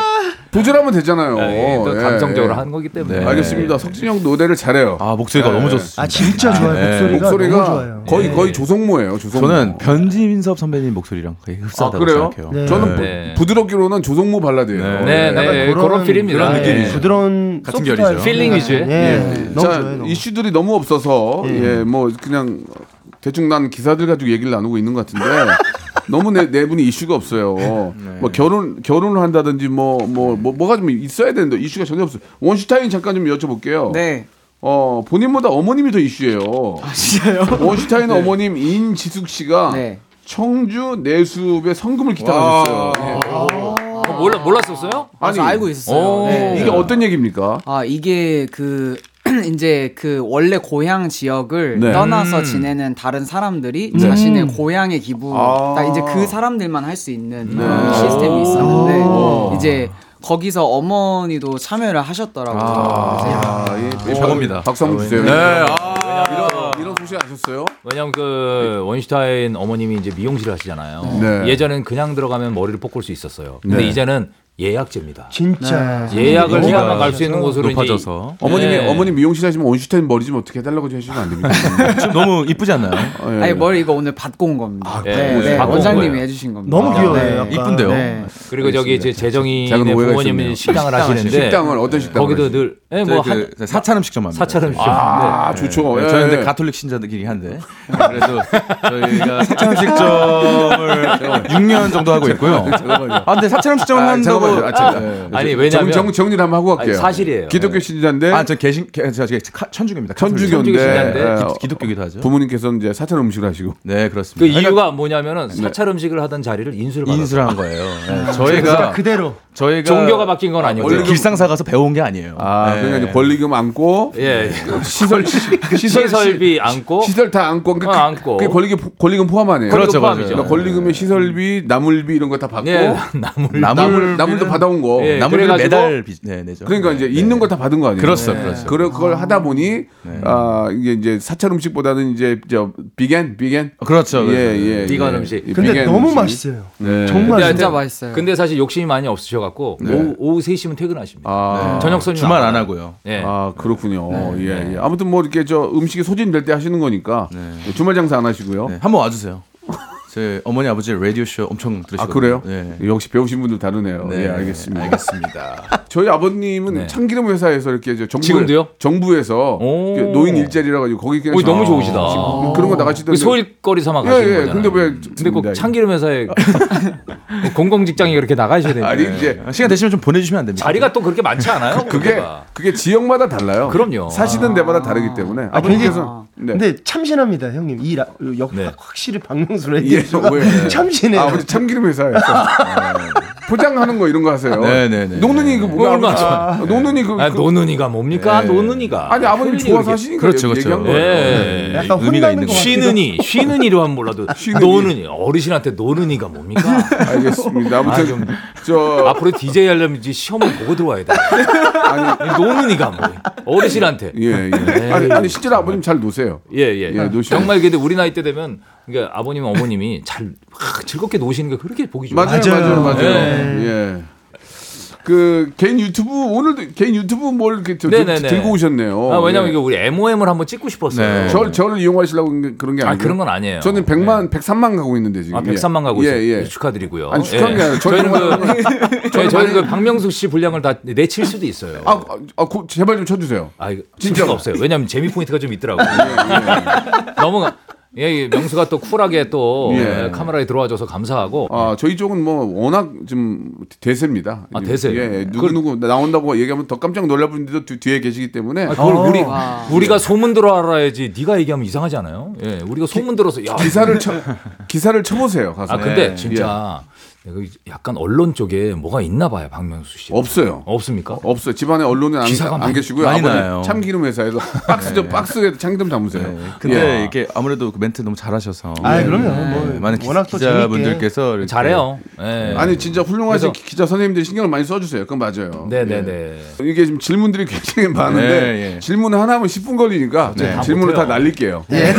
[SPEAKER 1] 도전하면 되잖아요.
[SPEAKER 4] 예, 또
[SPEAKER 1] 예,
[SPEAKER 4] 감성적으로 네.
[SPEAKER 1] 예.
[SPEAKER 4] 하는 거기
[SPEAKER 7] *laughs*
[SPEAKER 4] 때문에.
[SPEAKER 1] 알겠습니다. 석진 형 노래를 잘해요.
[SPEAKER 7] 네. 아 목소리가 너무 좋습니다
[SPEAKER 6] 아 진짜 좋아요. 목소리가,
[SPEAKER 1] 예. 목소리가
[SPEAKER 6] 너무 좋아요.
[SPEAKER 1] 거의
[SPEAKER 4] 네.
[SPEAKER 1] 거의 조성모예요. 조성모.
[SPEAKER 7] 저는 변진섭 선배님 목소리랑 거의
[SPEAKER 1] 아
[SPEAKER 7] 흡사하다고
[SPEAKER 1] 그래요?
[SPEAKER 7] 생각해요
[SPEAKER 6] 네.
[SPEAKER 1] 저는 부-
[SPEAKER 4] 네.
[SPEAKER 1] 부드럽기로는 조성모 발라드예요.
[SPEAKER 4] 네,
[SPEAKER 1] 약간
[SPEAKER 4] 네, 그런 필입니다.
[SPEAKER 7] 그런 느낌이죠.
[SPEAKER 4] 예.
[SPEAKER 6] 부드러운
[SPEAKER 7] 같은
[SPEAKER 6] 소프트한
[SPEAKER 7] 결이죠.
[SPEAKER 4] 필링 위주의?
[SPEAKER 6] 예, 너무
[SPEAKER 1] 자,
[SPEAKER 6] 좋아요. 너무.
[SPEAKER 1] 이슈들이 너무 없어서 예. 뭐 그냥 대충 난 기사들 가지고 얘기를 나누고 있는 것 같은데 *laughs* 너무 내, 내분이 이슈가 없어요.
[SPEAKER 6] 네.
[SPEAKER 1] 뭐 결혼 결혼을 한다든지 뭐 뭐 뭐 뭐가 좀 있어야 되는데 이슈가 전혀 없어요. 원슈타인 잠깐 좀 여쭤볼게요.
[SPEAKER 8] 네.
[SPEAKER 1] 어 본인보다 어머님이 더 이슈예요.
[SPEAKER 8] 진짜요?
[SPEAKER 1] 원슈타인 어머님 인지숙 씨가
[SPEAKER 8] 네.
[SPEAKER 1] 청주 내수읍에 성금을 기탁하셨어요. 예.
[SPEAKER 4] 어, 몰라 몰랐었어요?
[SPEAKER 8] 아니 알고 있었어요.
[SPEAKER 4] 오.
[SPEAKER 8] 네.
[SPEAKER 1] 이게 어떤 얘기입니까?
[SPEAKER 8] 아 이게 그 *clears throat* 이제 그 원래 고향 지역을
[SPEAKER 1] 네. 음.
[SPEAKER 8] 떠나서 지내는 다른 사람들이 자신의 고향의 기부,
[SPEAKER 1] 아.
[SPEAKER 8] 딱 이제 그 사람들만 할 수 있는
[SPEAKER 1] 네.
[SPEAKER 8] 시스템이 있었는데
[SPEAKER 1] 오.
[SPEAKER 8] 이제 거기서 어머니도 참여를 하셨더라고요. 그래서
[SPEAKER 1] 아, 예.
[SPEAKER 7] 최고입니다.
[SPEAKER 1] 박수 한번 주세요. 예.
[SPEAKER 7] 네.
[SPEAKER 1] 아. 이런, 이런 소식 아셨어요?
[SPEAKER 4] 왜냐면 그 원슈타인 어머님이 이제 미용실을 하시잖아요.
[SPEAKER 1] 네.
[SPEAKER 4] 예전엔 그냥 들어가면 머리를 볶을 수 있었어요. 근데
[SPEAKER 1] 네.
[SPEAKER 4] 이제는
[SPEAKER 2] 예약제입니다.
[SPEAKER 6] 진짜
[SPEAKER 7] 네.
[SPEAKER 2] 예약을
[SPEAKER 7] 인구가
[SPEAKER 2] 해야만 갈 수 있는 곳으로
[SPEAKER 7] 높아져서
[SPEAKER 2] 이제-
[SPEAKER 1] 어머님이
[SPEAKER 2] 네.
[SPEAKER 1] 어머님 미용실 하시면 원슈타인 머리 좀 어떻게 해달라고 좀 해주시면 안 *laughs* 됩니까?
[SPEAKER 7] 지금 너무 이쁘지 않나요? 네,
[SPEAKER 1] 어, 예.
[SPEAKER 8] 아니 머리 이거 오늘 받고 온 겁니다.
[SPEAKER 1] 아,
[SPEAKER 2] 예,
[SPEAKER 8] 네, 네,
[SPEAKER 2] 받고 온
[SPEAKER 8] 원장님이
[SPEAKER 2] 거예요.
[SPEAKER 8] 해주신 겁니다.
[SPEAKER 6] 너무
[SPEAKER 8] 아,
[SPEAKER 6] 귀여워요.
[SPEAKER 8] 네.
[SPEAKER 6] 약간.
[SPEAKER 7] 이쁜데요.
[SPEAKER 8] 네.
[SPEAKER 2] 그리고 저기 이제
[SPEAKER 1] 작은
[SPEAKER 2] 재정인의
[SPEAKER 1] 오해가
[SPEAKER 2] 부모님이
[SPEAKER 1] 있었네요.
[SPEAKER 2] 식당을
[SPEAKER 8] 식당을
[SPEAKER 2] 하시는데 네,
[SPEAKER 1] 식당을 어떤 식당?
[SPEAKER 2] 거기도 늘 예,
[SPEAKER 7] 저희
[SPEAKER 2] 뭐
[SPEAKER 7] 그
[SPEAKER 2] 한,
[SPEAKER 7] 사찰음 식점합니다.
[SPEAKER 2] 사찰음 식점.
[SPEAKER 1] 아 좋죠.
[SPEAKER 7] 네,
[SPEAKER 1] 예.
[SPEAKER 7] 저희
[SPEAKER 1] *laughs*
[SPEAKER 7] 근데 가톨릭 신자들이긴 한데 그래서 저희가 사찰음 식점을 6년 정도 하고 있고요.
[SPEAKER 1] 잠깐만요.
[SPEAKER 7] 아 근데 사찰음 식점
[SPEAKER 1] 아,
[SPEAKER 7] 한다고
[SPEAKER 1] 잠깐만요. 아, 잠깐.
[SPEAKER 7] 네.
[SPEAKER 2] 어. 아니 왜냐면
[SPEAKER 1] 정, 정, 정리를 한번 하고 갈게요.
[SPEAKER 2] 아니, 사실이에요.
[SPEAKER 1] 기독교
[SPEAKER 2] 예.
[SPEAKER 1] 신자인데
[SPEAKER 7] 아저 개신 개, 저, 저, 저, 천주교입니다.
[SPEAKER 1] 네. 천주교인데,
[SPEAKER 2] 천주교 신자인데
[SPEAKER 1] 예,
[SPEAKER 7] 기- 기독교기도 하죠.
[SPEAKER 1] 부모님께서는 이제 사찰 음식을 하시고
[SPEAKER 7] 네
[SPEAKER 2] 그
[SPEAKER 1] 그러니까
[SPEAKER 7] 그렇습니다.
[SPEAKER 2] 이유가
[SPEAKER 1] 네.
[SPEAKER 2] 뭐냐면은 사찰 음식을 하던 자리를 인수를 받았어요. 그러니까
[SPEAKER 7] 인수를 한 거예요. 네,
[SPEAKER 6] 그러니까
[SPEAKER 7] 저희가
[SPEAKER 6] 그대로
[SPEAKER 7] 저희가
[SPEAKER 2] 종교가 바뀐 건 아니고
[SPEAKER 7] 원래 길상사 가서 배운 게 아니에요.
[SPEAKER 1] 아
[SPEAKER 7] 네.
[SPEAKER 1] 그러니까 이제 권리금 안고
[SPEAKER 2] 예.
[SPEAKER 1] 시설 네. 시설
[SPEAKER 2] 시설비 안고
[SPEAKER 1] 시설 다 안고 그,
[SPEAKER 2] 어, 안고.
[SPEAKER 1] 그게 권리금 권리금 포함하네요.
[SPEAKER 2] 그렇죠,
[SPEAKER 1] 권리금
[SPEAKER 2] 그렇죠.
[SPEAKER 1] 그러니까 권리금에 시설비, 나물비 이런 거 다 받고
[SPEAKER 2] 예, *laughs* 나물
[SPEAKER 7] 나물-
[SPEAKER 1] 나물 나물도 받아온 거.
[SPEAKER 2] 예.
[SPEAKER 7] 네, 나무를
[SPEAKER 2] 그래가지고-
[SPEAKER 7] 매달 빚- 네, 내죠.
[SPEAKER 1] 그러니까
[SPEAKER 7] 네,
[SPEAKER 1] 이제
[SPEAKER 7] 네.
[SPEAKER 1] 있는 거 다 받은 거 아니에요?
[SPEAKER 7] 그렇죠, 그렇죠.
[SPEAKER 1] 그걸 그걸 하다 보니 아 이게 이제 사찰 음식보다는 이제 저 비겐 비겐
[SPEAKER 7] 그렇죠. 그렇죠.
[SPEAKER 1] 예예
[SPEAKER 2] 비건 음식.
[SPEAKER 1] 그
[SPEAKER 6] 근데 너무 맛있어요.
[SPEAKER 1] 네.
[SPEAKER 6] 정말
[SPEAKER 2] 근데
[SPEAKER 6] 진짜
[SPEAKER 8] 진짜
[SPEAKER 2] 근데-
[SPEAKER 8] 맛있어요.
[SPEAKER 2] 근데 사실 욕심이 많이 없으셔 갖고 오후, 오후 3시면 퇴근하십니다.
[SPEAKER 1] 아,
[SPEAKER 2] 저녁 손님
[SPEAKER 7] 주말 안
[SPEAKER 2] 와요.
[SPEAKER 7] 하고요.
[SPEAKER 2] 예.
[SPEAKER 1] 아
[SPEAKER 2] 네.
[SPEAKER 1] 그렇군요. 예, 예. 아무튼 뭐 이렇게 저 음식이 소진될 때 하시는 거니까
[SPEAKER 2] 네.
[SPEAKER 1] 주말 장사 안 하시고요.
[SPEAKER 7] 네, 한번 와주세요. 제 어머니 아버지 라디오 쇼 엄청 들으시거든요.
[SPEAKER 1] 아 그래요?
[SPEAKER 7] 네.
[SPEAKER 1] 역시 배우신 분들 다르네요.
[SPEAKER 7] 네,
[SPEAKER 1] 예, 알겠습니다.
[SPEAKER 7] 알겠습니다.
[SPEAKER 1] *laughs* 저희 아버님은
[SPEAKER 2] 네.
[SPEAKER 1] 참기름 회사에서 이렇게 저 정부
[SPEAKER 2] 지금도요?
[SPEAKER 1] 정부에서
[SPEAKER 2] 오.
[SPEAKER 1] 이렇게 노인 일자리라 가지고 거기 그냥
[SPEAKER 2] 오, 너무
[SPEAKER 1] 아,
[SPEAKER 2] 좋으시다.
[SPEAKER 1] 지금 그런 거 나가시던데.
[SPEAKER 2] 소일거리 삼아
[SPEAKER 1] 예,
[SPEAKER 2] 가시는
[SPEAKER 1] 예.
[SPEAKER 2] 거잖아요.
[SPEAKER 1] 근데 왜
[SPEAKER 2] 근데 꼭
[SPEAKER 1] 네.
[SPEAKER 2] 참기름 회사에
[SPEAKER 1] *laughs*
[SPEAKER 2] 공공 직장이 그렇게 나가셔야 됩니다.
[SPEAKER 1] 아니 이제
[SPEAKER 7] 네. 시간 되시면 좀 보내주시면 안 됩니까?
[SPEAKER 2] 자리가 또 그렇게 많지 않아요?
[SPEAKER 1] 아, 그게
[SPEAKER 2] 공개가.
[SPEAKER 1] 그게 지역마다 달라요.
[SPEAKER 2] 그럼요. 아.
[SPEAKER 1] 사시는 데마다 다르기 때문에 아버님께서 네.
[SPEAKER 6] 근데 참신합니다, 형님. 이 라, 역
[SPEAKER 2] 네.
[SPEAKER 6] 확실히 박명수 라디오
[SPEAKER 1] 예,
[SPEAKER 6] 쇼가
[SPEAKER 1] 왜?
[SPEAKER 6] 참신해요.
[SPEAKER 1] 아버지 참기름
[SPEAKER 2] *laughs*
[SPEAKER 1] 회사에서 포장하는 거 이런 거 하세요.
[SPEAKER 7] 네, 네, 네.
[SPEAKER 1] 노는이 그 뭐가
[SPEAKER 2] 얼마나
[SPEAKER 1] 아버지-
[SPEAKER 2] 좋아요.
[SPEAKER 1] 노는이 그,
[SPEAKER 2] 아,
[SPEAKER 1] 그-
[SPEAKER 2] 노는이가 뭡니까? 노는이가.
[SPEAKER 1] 아니 아버님
[SPEAKER 2] 흔히
[SPEAKER 1] 좋아서
[SPEAKER 2] 그렇게-
[SPEAKER 1] 하시니까
[SPEAKER 7] 그렇죠,
[SPEAKER 1] 얘기한
[SPEAKER 7] 그렇죠.
[SPEAKER 1] 거예요.
[SPEAKER 2] 예.
[SPEAKER 6] 약간
[SPEAKER 7] 의미가
[SPEAKER 6] 혼나는
[SPEAKER 7] 있는
[SPEAKER 6] 것
[SPEAKER 7] 거죠.
[SPEAKER 6] 같기도
[SPEAKER 2] 쉬는 이, 쉬는 이로 한
[SPEAKER 1] *laughs*
[SPEAKER 2] 몰라도 노는 이 어르신한테 노는 이가 뭡니까?
[SPEAKER 1] 알겠습니다. 아무튼
[SPEAKER 2] 아, 좀-
[SPEAKER 1] 저
[SPEAKER 2] 앞으로 DJ 하려면 이제 시험을 보고
[SPEAKER 1] *laughs*
[SPEAKER 2] 들어와야 돼. 노는 이가 뭐 어르신한테.
[SPEAKER 1] 예,
[SPEAKER 2] 네.
[SPEAKER 1] 예. 아니, 아니 실제로 아버님 잘 노세요.
[SPEAKER 2] 예, 예.
[SPEAKER 1] 예, 노시죠.
[SPEAKER 2] 정말 근데 우리 나이 때 되면 그러니까 아버님 어머님이 잘 하, 즐겁게 노시는 게 그렇게 보기 좋아요. 네.
[SPEAKER 1] 맞아요, 맞아요, 맞아요.
[SPEAKER 6] 맞아요.
[SPEAKER 1] 예. 그 개인 유튜브 오늘도 개인 유튜브 뭘 이렇게 들, 들-
[SPEAKER 2] 네네네.
[SPEAKER 1] 들고 오셨네요.
[SPEAKER 2] 아, 왜냐면
[SPEAKER 1] 예.
[SPEAKER 2] 이게 우리 MOM을 한번 찍고 싶었어요.
[SPEAKER 7] 네.
[SPEAKER 1] 저 저를 이용하시려고 그런 게
[SPEAKER 2] 아,
[SPEAKER 1] 아니에요.
[SPEAKER 2] 그런 건 아니에요. 네.
[SPEAKER 1] 저는 100만 103만 가고 있는데 지금.
[SPEAKER 2] 아,
[SPEAKER 1] 예.
[SPEAKER 2] 103만 가고
[SPEAKER 1] 예,
[SPEAKER 2] 있어요.
[SPEAKER 1] 예.
[SPEAKER 2] 축하드리고요. 예.
[SPEAKER 1] 아니, 축하한 게 아니라 저는 뭐-
[SPEAKER 2] 저희는
[SPEAKER 1] 정말-
[SPEAKER 2] 그, 저희, 저희는 그 박명숙 씨 분량을 다 내칠 수도 있어요.
[SPEAKER 1] 아, 아, 아, 고- 제발 좀 쳐주세요. 예,
[SPEAKER 2] 아, 이거
[SPEAKER 1] 진짜.
[SPEAKER 2] 진짜 없어요. 왜냐하면 재미 포인트가 좀
[SPEAKER 1] *laughs*
[SPEAKER 2] 있더라고요. 너무 예, 예, 명수가 또 쿨하게 또
[SPEAKER 1] 예.
[SPEAKER 2] 예, 카메라에 들어와줘서 감사하고
[SPEAKER 1] 아, 저희 쪽은 뭐 워낙 좀 대세입니다.
[SPEAKER 2] 아, 대세요?
[SPEAKER 1] 예, 예. 누구
[SPEAKER 2] 그걸-
[SPEAKER 1] 누구 나온다고 얘기하면 더 깜짝 놀랄 분들도 뒤, 뒤에 계시기 때문에
[SPEAKER 2] 아, 그걸 우리
[SPEAKER 8] 와.
[SPEAKER 2] 우리가 소문 들어 알아야지 네가 얘기하면 이상하지 않아요? 예, 우리가 소문 들어서 야
[SPEAKER 1] 기사를 쳐 기사를 쳐보세요. 가서. 예,
[SPEAKER 2] 아 근데
[SPEAKER 7] 네.
[SPEAKER 2] 진짜 내가 약간 언론 쪽에 뭐가 있나 봐요, 박명수 씨.
[SPEAKER 1] 없어요.
[SPEAKER 2] 없습니까?
[SPEAKER 1] 없어요. 집안에 언론은 안,
[SPEAKER 2] 기사가
[SPEAKER 1] 안
[SPEAKER 2] 많이- 네.
[SPEAKER 1] 계시고요.
[SPEAKER 7] 많이
[SPEAKER 1] 아버지
[SPEAKER 7] 나요.
[SPEAKER 1] 참기름 회사에서
[SPEAKER 2] *laughs*
[SPEAKER 1] 박스 좀 박스에 참기름 담으세요.
[SPEAKER 7] 근데
[SPEAKER 1] 예.
[SPEAKER 7] 이렇게 아무래도 그 멘트 너무 잘하셔서
[SPEAKER 6] 아, 그럼요. 뭐
[SPEAKER 7] 네, 많은 기-
[SPEAKER 6] 워낙 또
[SPEAKER 7] 기자분들께서 이렇게
[SPEAKER 2] 잘해요. 예.
[SPEAKER 1] 어, 아니 진짜 훌륭하신
[SPEAKER 2] 그래서-
[SPEAKER 1] 기자 선생님들 신경을 많이 써주세요. 그건 맞아요.
[SPEAKER 2] 네네네.
[SPEAKER 1] 예. 이게 지금 질문들이 굉장히 많은데
[SPEAKER 7] 네, 예.
[SPEAKER 1] 질문 하나면 10분 걸리니까 네,
[SPEAKER 7] 다
[SPEAKER 1] 질문을 다
[SPEAKER 2] 네. 못해요.
[SPEAKER 1] 날릴게요.
[SPEAKER 6] 네.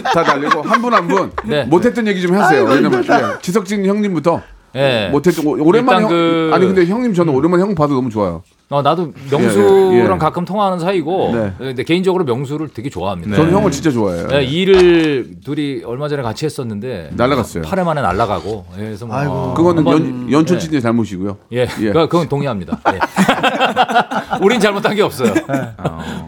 [SPEAKER 1] 다 날리고 한 분 한 분
[SPEAKER 2] 네.
[SPEAKER 1] 못했던 얘기 좀 하세요. 왜냐면 예. 지석진 형님부터
[SPEAKER 2] 예.
[SPEAKER 1] 못했던 거- 오랜만에 형,
[SPEAKER 2] 일단 그-
[SPEAKER 1] 아니 근데 형님 저는 오랜만에 형 봐도 너무 좋아요.
[SPEAKER 2] 어, 나도
[SPEAKER 1] 예,
[SPEAKER 2] 명수랑
[SPEAKER 1] 예, 예.
[SPEAKER 2] 가끔 통화하는 사이고
[SPEAKER 1] 네.
[SPEAKER 2] 근데 개인적으로 명수를 되게 좋아합니다.
[SPEAKER 1] 저는 형을 진짜 좋아해요.
[SPEAKER 2] 예, 일을 둘이 얼마 전에 같이 했었는데
[SPEAKER 1] 날라갔어요.
[SPEAKER 2] 8회 만에 날라가고 예, 그래서 뭐
[SPEAKER 6] 아이고.
[SPEAKER 1] 그거는
[SPEAKER 2] 한번-
[SPEAKER 1] 연, 연촌 친의 잘못이고요.
[SPEAKER 2] 예, 그건 동의합니다. 예. *laughs* 우린 잘못한 게 없어요.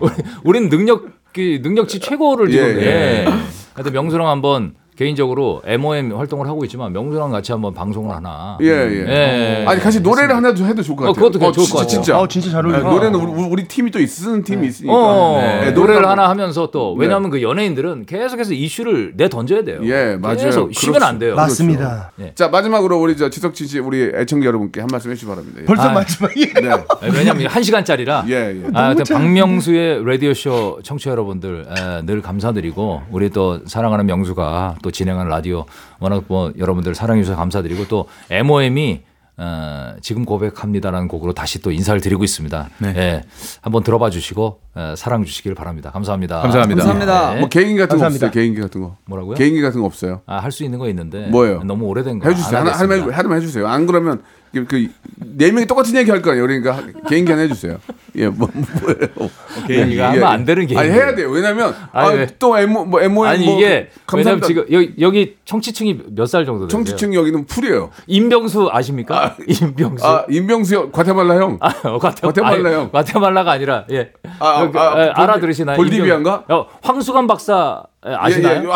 [SPEAKER 2] 우리, 우린 능력이 능력치 최고를
[SPEAKER 1] 예,
[SPEAKER 2] 지금. 예.
[SPEAKER 7] 예.
[SPEAKER 2] 하여튼 명수랑 한번 개인적으로 MOM 활동을 하고 있지만 명수랑 같이 한번 방송을 하나.
[SPEAKER 1] 예, 예.
[SPEAKER 2] 예.
[SPEAKER 1] 아니 같이 노래를 하나 도 해도 좋을 것
[SPEAKER 2] 어,
[SPEAKER 1] 같아요.
[SPEAKER 2] 그것도 좋을
[SPEAKER 1] 진짜,
[SPEAKER 2] 것 같아요.
[SPEAKER 1] 진짜.
[SPEAKER 6] 아, 네. 진짜 잘
[SPEAKER 1] 네,
[SPEAKER 6] 어울려.
[SPEAKER 1] 노래는 우리, 우리 팀이 또 있는 팀이 있으니까.
[SPEAKER 2] 어,
[SPEAKER 1] 네.
[SPEAKER 2] 노래를
[SPEAKER 1] 노래를 네.
[SPEAKER 2] 하나 하면서 또 왜냐하면 그 연예인들은 계속해서 이슈를 내 던져야 돼요.
[SPEAKER 1] 예, 맞아요.
[SPEAKER 2] 계속 쉬면 안 돼요.
[SPEAKER 6] 맞습니다.
[SPEAKER 2] 네.
[SPEAKER 1] 자 마지막으로 우리 저 지석진 씨 우리 애청자 여러분께 한 말씀 해주시 기 바랍니다. 예.
[SPEAKER 6] 벌써
[SPEAKER 2] 아.
[SPEAKER 6] 마지막이에요.
[SPEAKER 1] 네.
[SPEAKER 2] 예, 왜냐하면 한 시간짜리라.
[SPEAKER 1] 예, 예.
[SPEAKER 2] 아, 하여튼 박명수의 라디오 쇼 청취자 여러분들 에, 늘 감사드리고 우리 또 사랑하는 명수가 또 진행하는 라디오 워낙 뭐 여러분들 사랑해 주셔서 감사드리고 또 MOM이 어,
[SPEAKER 1] 네.
[SPEAKER 2] 지금 고백합니다라는 곡으로 다시 또 인사를 드리고 있습니다. 예, 한번 들어봐 주시고
[SPEAKER 4] 어, 사랑 주시길 바랍니다. 감사합니다.
[SPEAKER 1] 감사합니다.
[SPEAKER 8] 감사합니다.
[SPEAKER 1] 뭐 개인기 같은 거
[SPEAKER 6] 감사합니다.
[SPEAKER 1] 없어요? 개인기 같은 거.
[SPEAKER 4] 뭐라고요?
[SPEAKER 1] 개인기 같은 거 없어요?
[SPEAKER 4] 아, 할 수 있는 거 있는데
[SPEAKER 1] 뭐예요?
[SPEAKER 4] 너무 오래된 거.
[SPEAKER 1] 해주세요.
[SPEAKER 4] 안
[SPEAKER 1] 하나, 하나만, 해주-
[SPEAKER 4] 하겠습니다.
[SPEAKER 1] 하나만 해주세요. 안 그러면 그 네 명이 똑같은 얘기 할 거예요. 그러니까 하- 개인기 하나 해주세요. 예, 뭐, 뭐예요?
[SPEAKER 4] 개인기가
[SPEAKER 1] 예,
[SPEAKER 4] 하면
[SPEAKER 1] 예.
[SPEAKER 4] 안 되는 개인기.
[SPEAKER 1] 아니 해야 돼요. 왜냐면
[SPEAKER 4] 아니,
[SPEAKER 1] 아,
[SPEAKER 4] 왜?
[SPEAKER 1] 또 M 뭐 M
[SPEAKER 4] 아니
[SPEAKER 1] 뭐,
[SPEAKER 4] 이게 왜냐면
[SPEAKER 1] 감사합니다.
[SPEAKER 4] 지금 여기, 여기 청취층이 몇 살 정도 되세요?
[SPEAKER 1] 청취층 여기는 풀이에요.
[SPEAKER 4] 임병수 아십니까?
[SPEAKER 2] *laughs*
[SPEAKER 4] 임병수.
[SPEAKER 1] 아 임병수 형, 과테말라 형.
[SPEAKER 4] 아, 어, 과테,
[SPEAKER 1] 과테말라
[SPEAKER 4] 아니,
[SPEAKER 1] 형.
[SPEAKER 4] 과테말라가 아니라 예.
[SPEAKER 1] 아, 아,
[SPEAKER 4] 그,
[SPEAKER 1] 아,
[SPEAKER 4] 예,
[SPEAKER 1] 볼디-
[SPEAKER 4] 알아들으시나요?
[SPEAKER 1] 볼디비아인가?
[SPEAKER 4] 임병- 어, 황수관 박사 예, 아시나요?
[SPEAKER 1] 예, 예.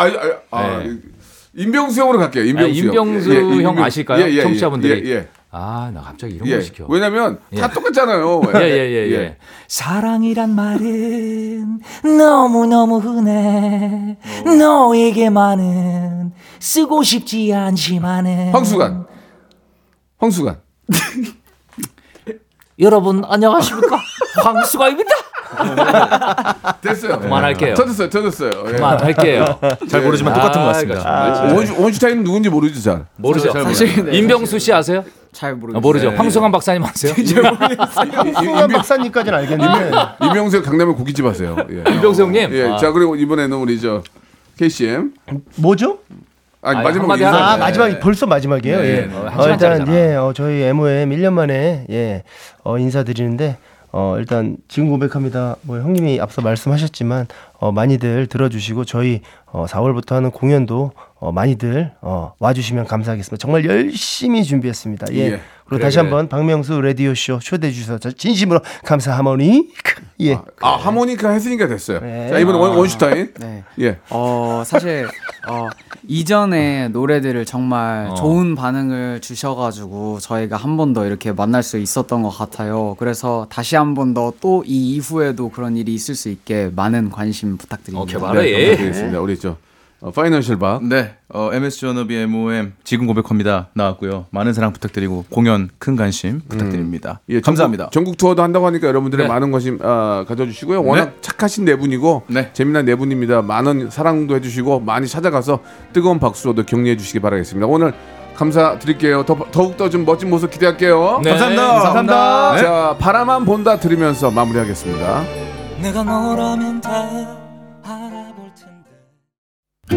[SPEAKER 1] 아, 아, 아,
[SPEAKER 4] 예.
[SPEAKER 1] 임병수 형으로 갈게요. 임병수,
[SPEAKER 4] 아, 임병수
[SPEAKER 1] 예, 예,
[SPEAKER 4] 형
[SPEAKER 1] 임병-
[SPEAKER 4] 아실까요?
[SPEAKER 1] 예, 예, 예,
[SPEAKER 4] 청취자분들이.
[SPEAKER 1] 예, 예.
[SPEAKER 4] 아, 나 갑자기 이런
[SPEAKER 1] 예.
[SPEAKER 4] 걸 시켜.
[SPEAKER 1] 왜냐면 다 똑같잖아요.
[SPEAKER 4] 예, 예, 예, 예. 사랑이란 말은 너무너무 흔해. 너에게만은 쓰고 싶지 않지만은.
[SPEAKER 1] 황수관. 황수관.
[SPEAKER 4] 여러분, 안녕하십니까? *laughs* 황수가입니다.
[SPEAKER 1] 됐어요.
[SPEAKER 4] 네. 그만할게요.
[SPEAKER 1] 터졌어요. 터졌어요. 예.
[SPEAKER 4] 그만할게요. 네.
[SPEAKER 7] 잘 모르지만 똑같은 것 같습니다.
[SPEAKER 1] 아, 원슈, 원슈타인은 누군지 모르죠, 잘.
[SPEAKER 4] 모르죠.
[SPEAKER 8] 사실 네,
[SPEAKER 4] 임병수 씨 아세요?
[SPEAKER 8] 잘 모르겠어요. 네.
[SPEAKER 4] 아, 모르죠. 황수관 박사님 아세요?
[SPEAKER 1] 네. 아,
[SPEAKER 6] *laughs* 황승환 박사님까지는 알겠는데
[SPEAKER 1] 이병수 강남에 고깃집 하세요.
[SPEAKER 4] *laughs*
[SPEAKER 1] 예.
[SPEAKER 4] 임병수 형님.
[SPEAKER 1] 예.
[SPEAKER 4] 아.
[SPEAKER 1] 자, 그리고 이번에는 우리 저 KCM.
[SPEAKER 6] 뭐죠?
[SPEAKER 1] 아니,
[SPEAKER 4] 아니,
[SPEAKER 1] 마지막
[SPEAKER 4] 한마디
[SPEAKER 1] 인사.
[SPEAKER 4] 하라.
[SPEAKER 6] 아
[SPEAKER 4] 네.
[SPEAKER 6] 마지막 벌써 마지막이에요.
[SPEAKER 4] 네,
[SPEAKER 6] 예.
[SPEAKER 4] 뭐, 한
[SPEAKER 6] 어, 일단
[SPEAKER 4] 시간짜리잖아.
[SPEAKER 6] 예, 어, 저희 MOM 1년 만에 예, 어, 인사드리는데 어, 일단 지금 고백합니다. 뭐 형님이 앞서 말씀하셨지만 어, 많이들 들어주시고 저희 어, 4월부터 하는 공연도 어, 많이들 어, 와주시면 감사하겠습니다. 정말 열심히 준비했습니다. 예.
[SPEAKER 1] 예.
[SPEAKER 6] 그리고 다시 한번 박명수 라디오 쇼 초대해 주셔서 저 진심으로 감사하머니. 예.
[SPEAKER 1] 아, 하모니카 했으니까 됐어요.
[SPEAKER 6] 네.
[SPEAKER 1] 자,
[SPEAKER 4] 아.
[SPEAKER 1] 이번에 원, 원슈타인.
[SPEAKER 8] 네.
[SPEAKER 1] 예.
[SPEAKER 8] 어 사실 어 이전에 노래들을
[SPEAKER 4] 어.
[SPEAKER 8] 정말 좋은 반응을 주셔가지고 저희가 한 번 더 이렇게 만날 수 있었던 것 같아요. 그래서 다시 한 번 더 또 이 이후에도 그런 일이 있을 수 있게 많은 관심 부탁드립니다.
[SPEAKER 4] 오케이, 바로
[SPEAKER 1] 네,
[SPEAKER 4] 예.
[SPEAKER 1] 감사드리겠습니다. 우리 저 어, 파이낸셜 박.
[SPEAKER 7] 네, 어, MS 전업이 MOM 지금 고백합니다 나왔고요. 많은 사랑 부탁드리고 공연 큰 관심 부탁드립니다.
[SPEAKER 1] 예, 전국-
[SPEAKER 7] 음. 감사합니다.
[SPEAKER 1] 전국 투어도 한다고 하니까 여러분들의
[SPEAKER 7] 네.
[SPEAKER 1] 많은 관심 아, 가져주시고요. 워낙
[SPEAKER 7] 네.
[SPEAKER 1] 착하신 네 분이고
[SPEAKER 7] 네.
[SPEAKER 1] 재미난 네 분입니다. 많은 사랑도 해주시고 많이 찾아가서 뜨거운 박수로도 격려해 주시기 바라겠습니다. 오늘 감사드릴게요. 더, 더욱더 좀 멋진 모습 기대할게요.
[SPEAKER 4] 네.
[SPEAKER 7] 감사합니다.
[SPEAKER 1] 감사합니다. 자, 바라만 본다 들으면서 마무리하겠습니다.
[SPEAKER 9] 내가 너라면 다 알아볼 텐데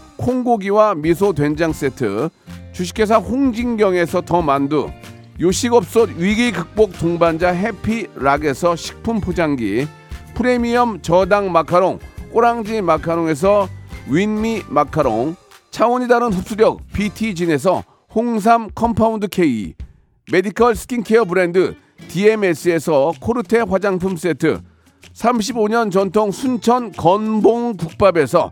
[SPEAKER 1] 콩고기와 미소 된장 세트 주식회사 홍진경에서 더 만두 요식업소 위기 극복 동반자 해피락에서 식품 포장기 프리미엄 저당 마카롱 꼬랑지 마카롱에서 윈미 마카롱 차원이 다른 흡수력 BT진에서 홍삼 컴파운드 K 메디컬 스킨케어 브랜드 DMS에서 코르테 화장품 세트 35년 전통 순천 건봉 국밥에서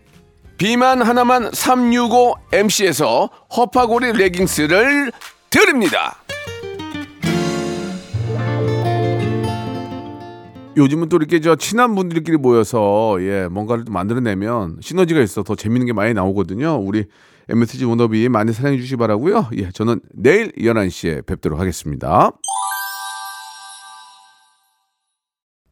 [SPEAKER 1] 비만 하나만 365 MC에서 허파고리 레깅스를 드립니다. 요즘은 또 이렇게 저 친한 분들끼리 모여서 예 뭔가를 또 만들어내면 시너지가 있어 더 재밌는 게 많이 나오거든요. 우리 MSG 워너비 많이 사랑해 주시기 바라고요. 예 저는 내일 11시에 뵙도록 하겠습니다.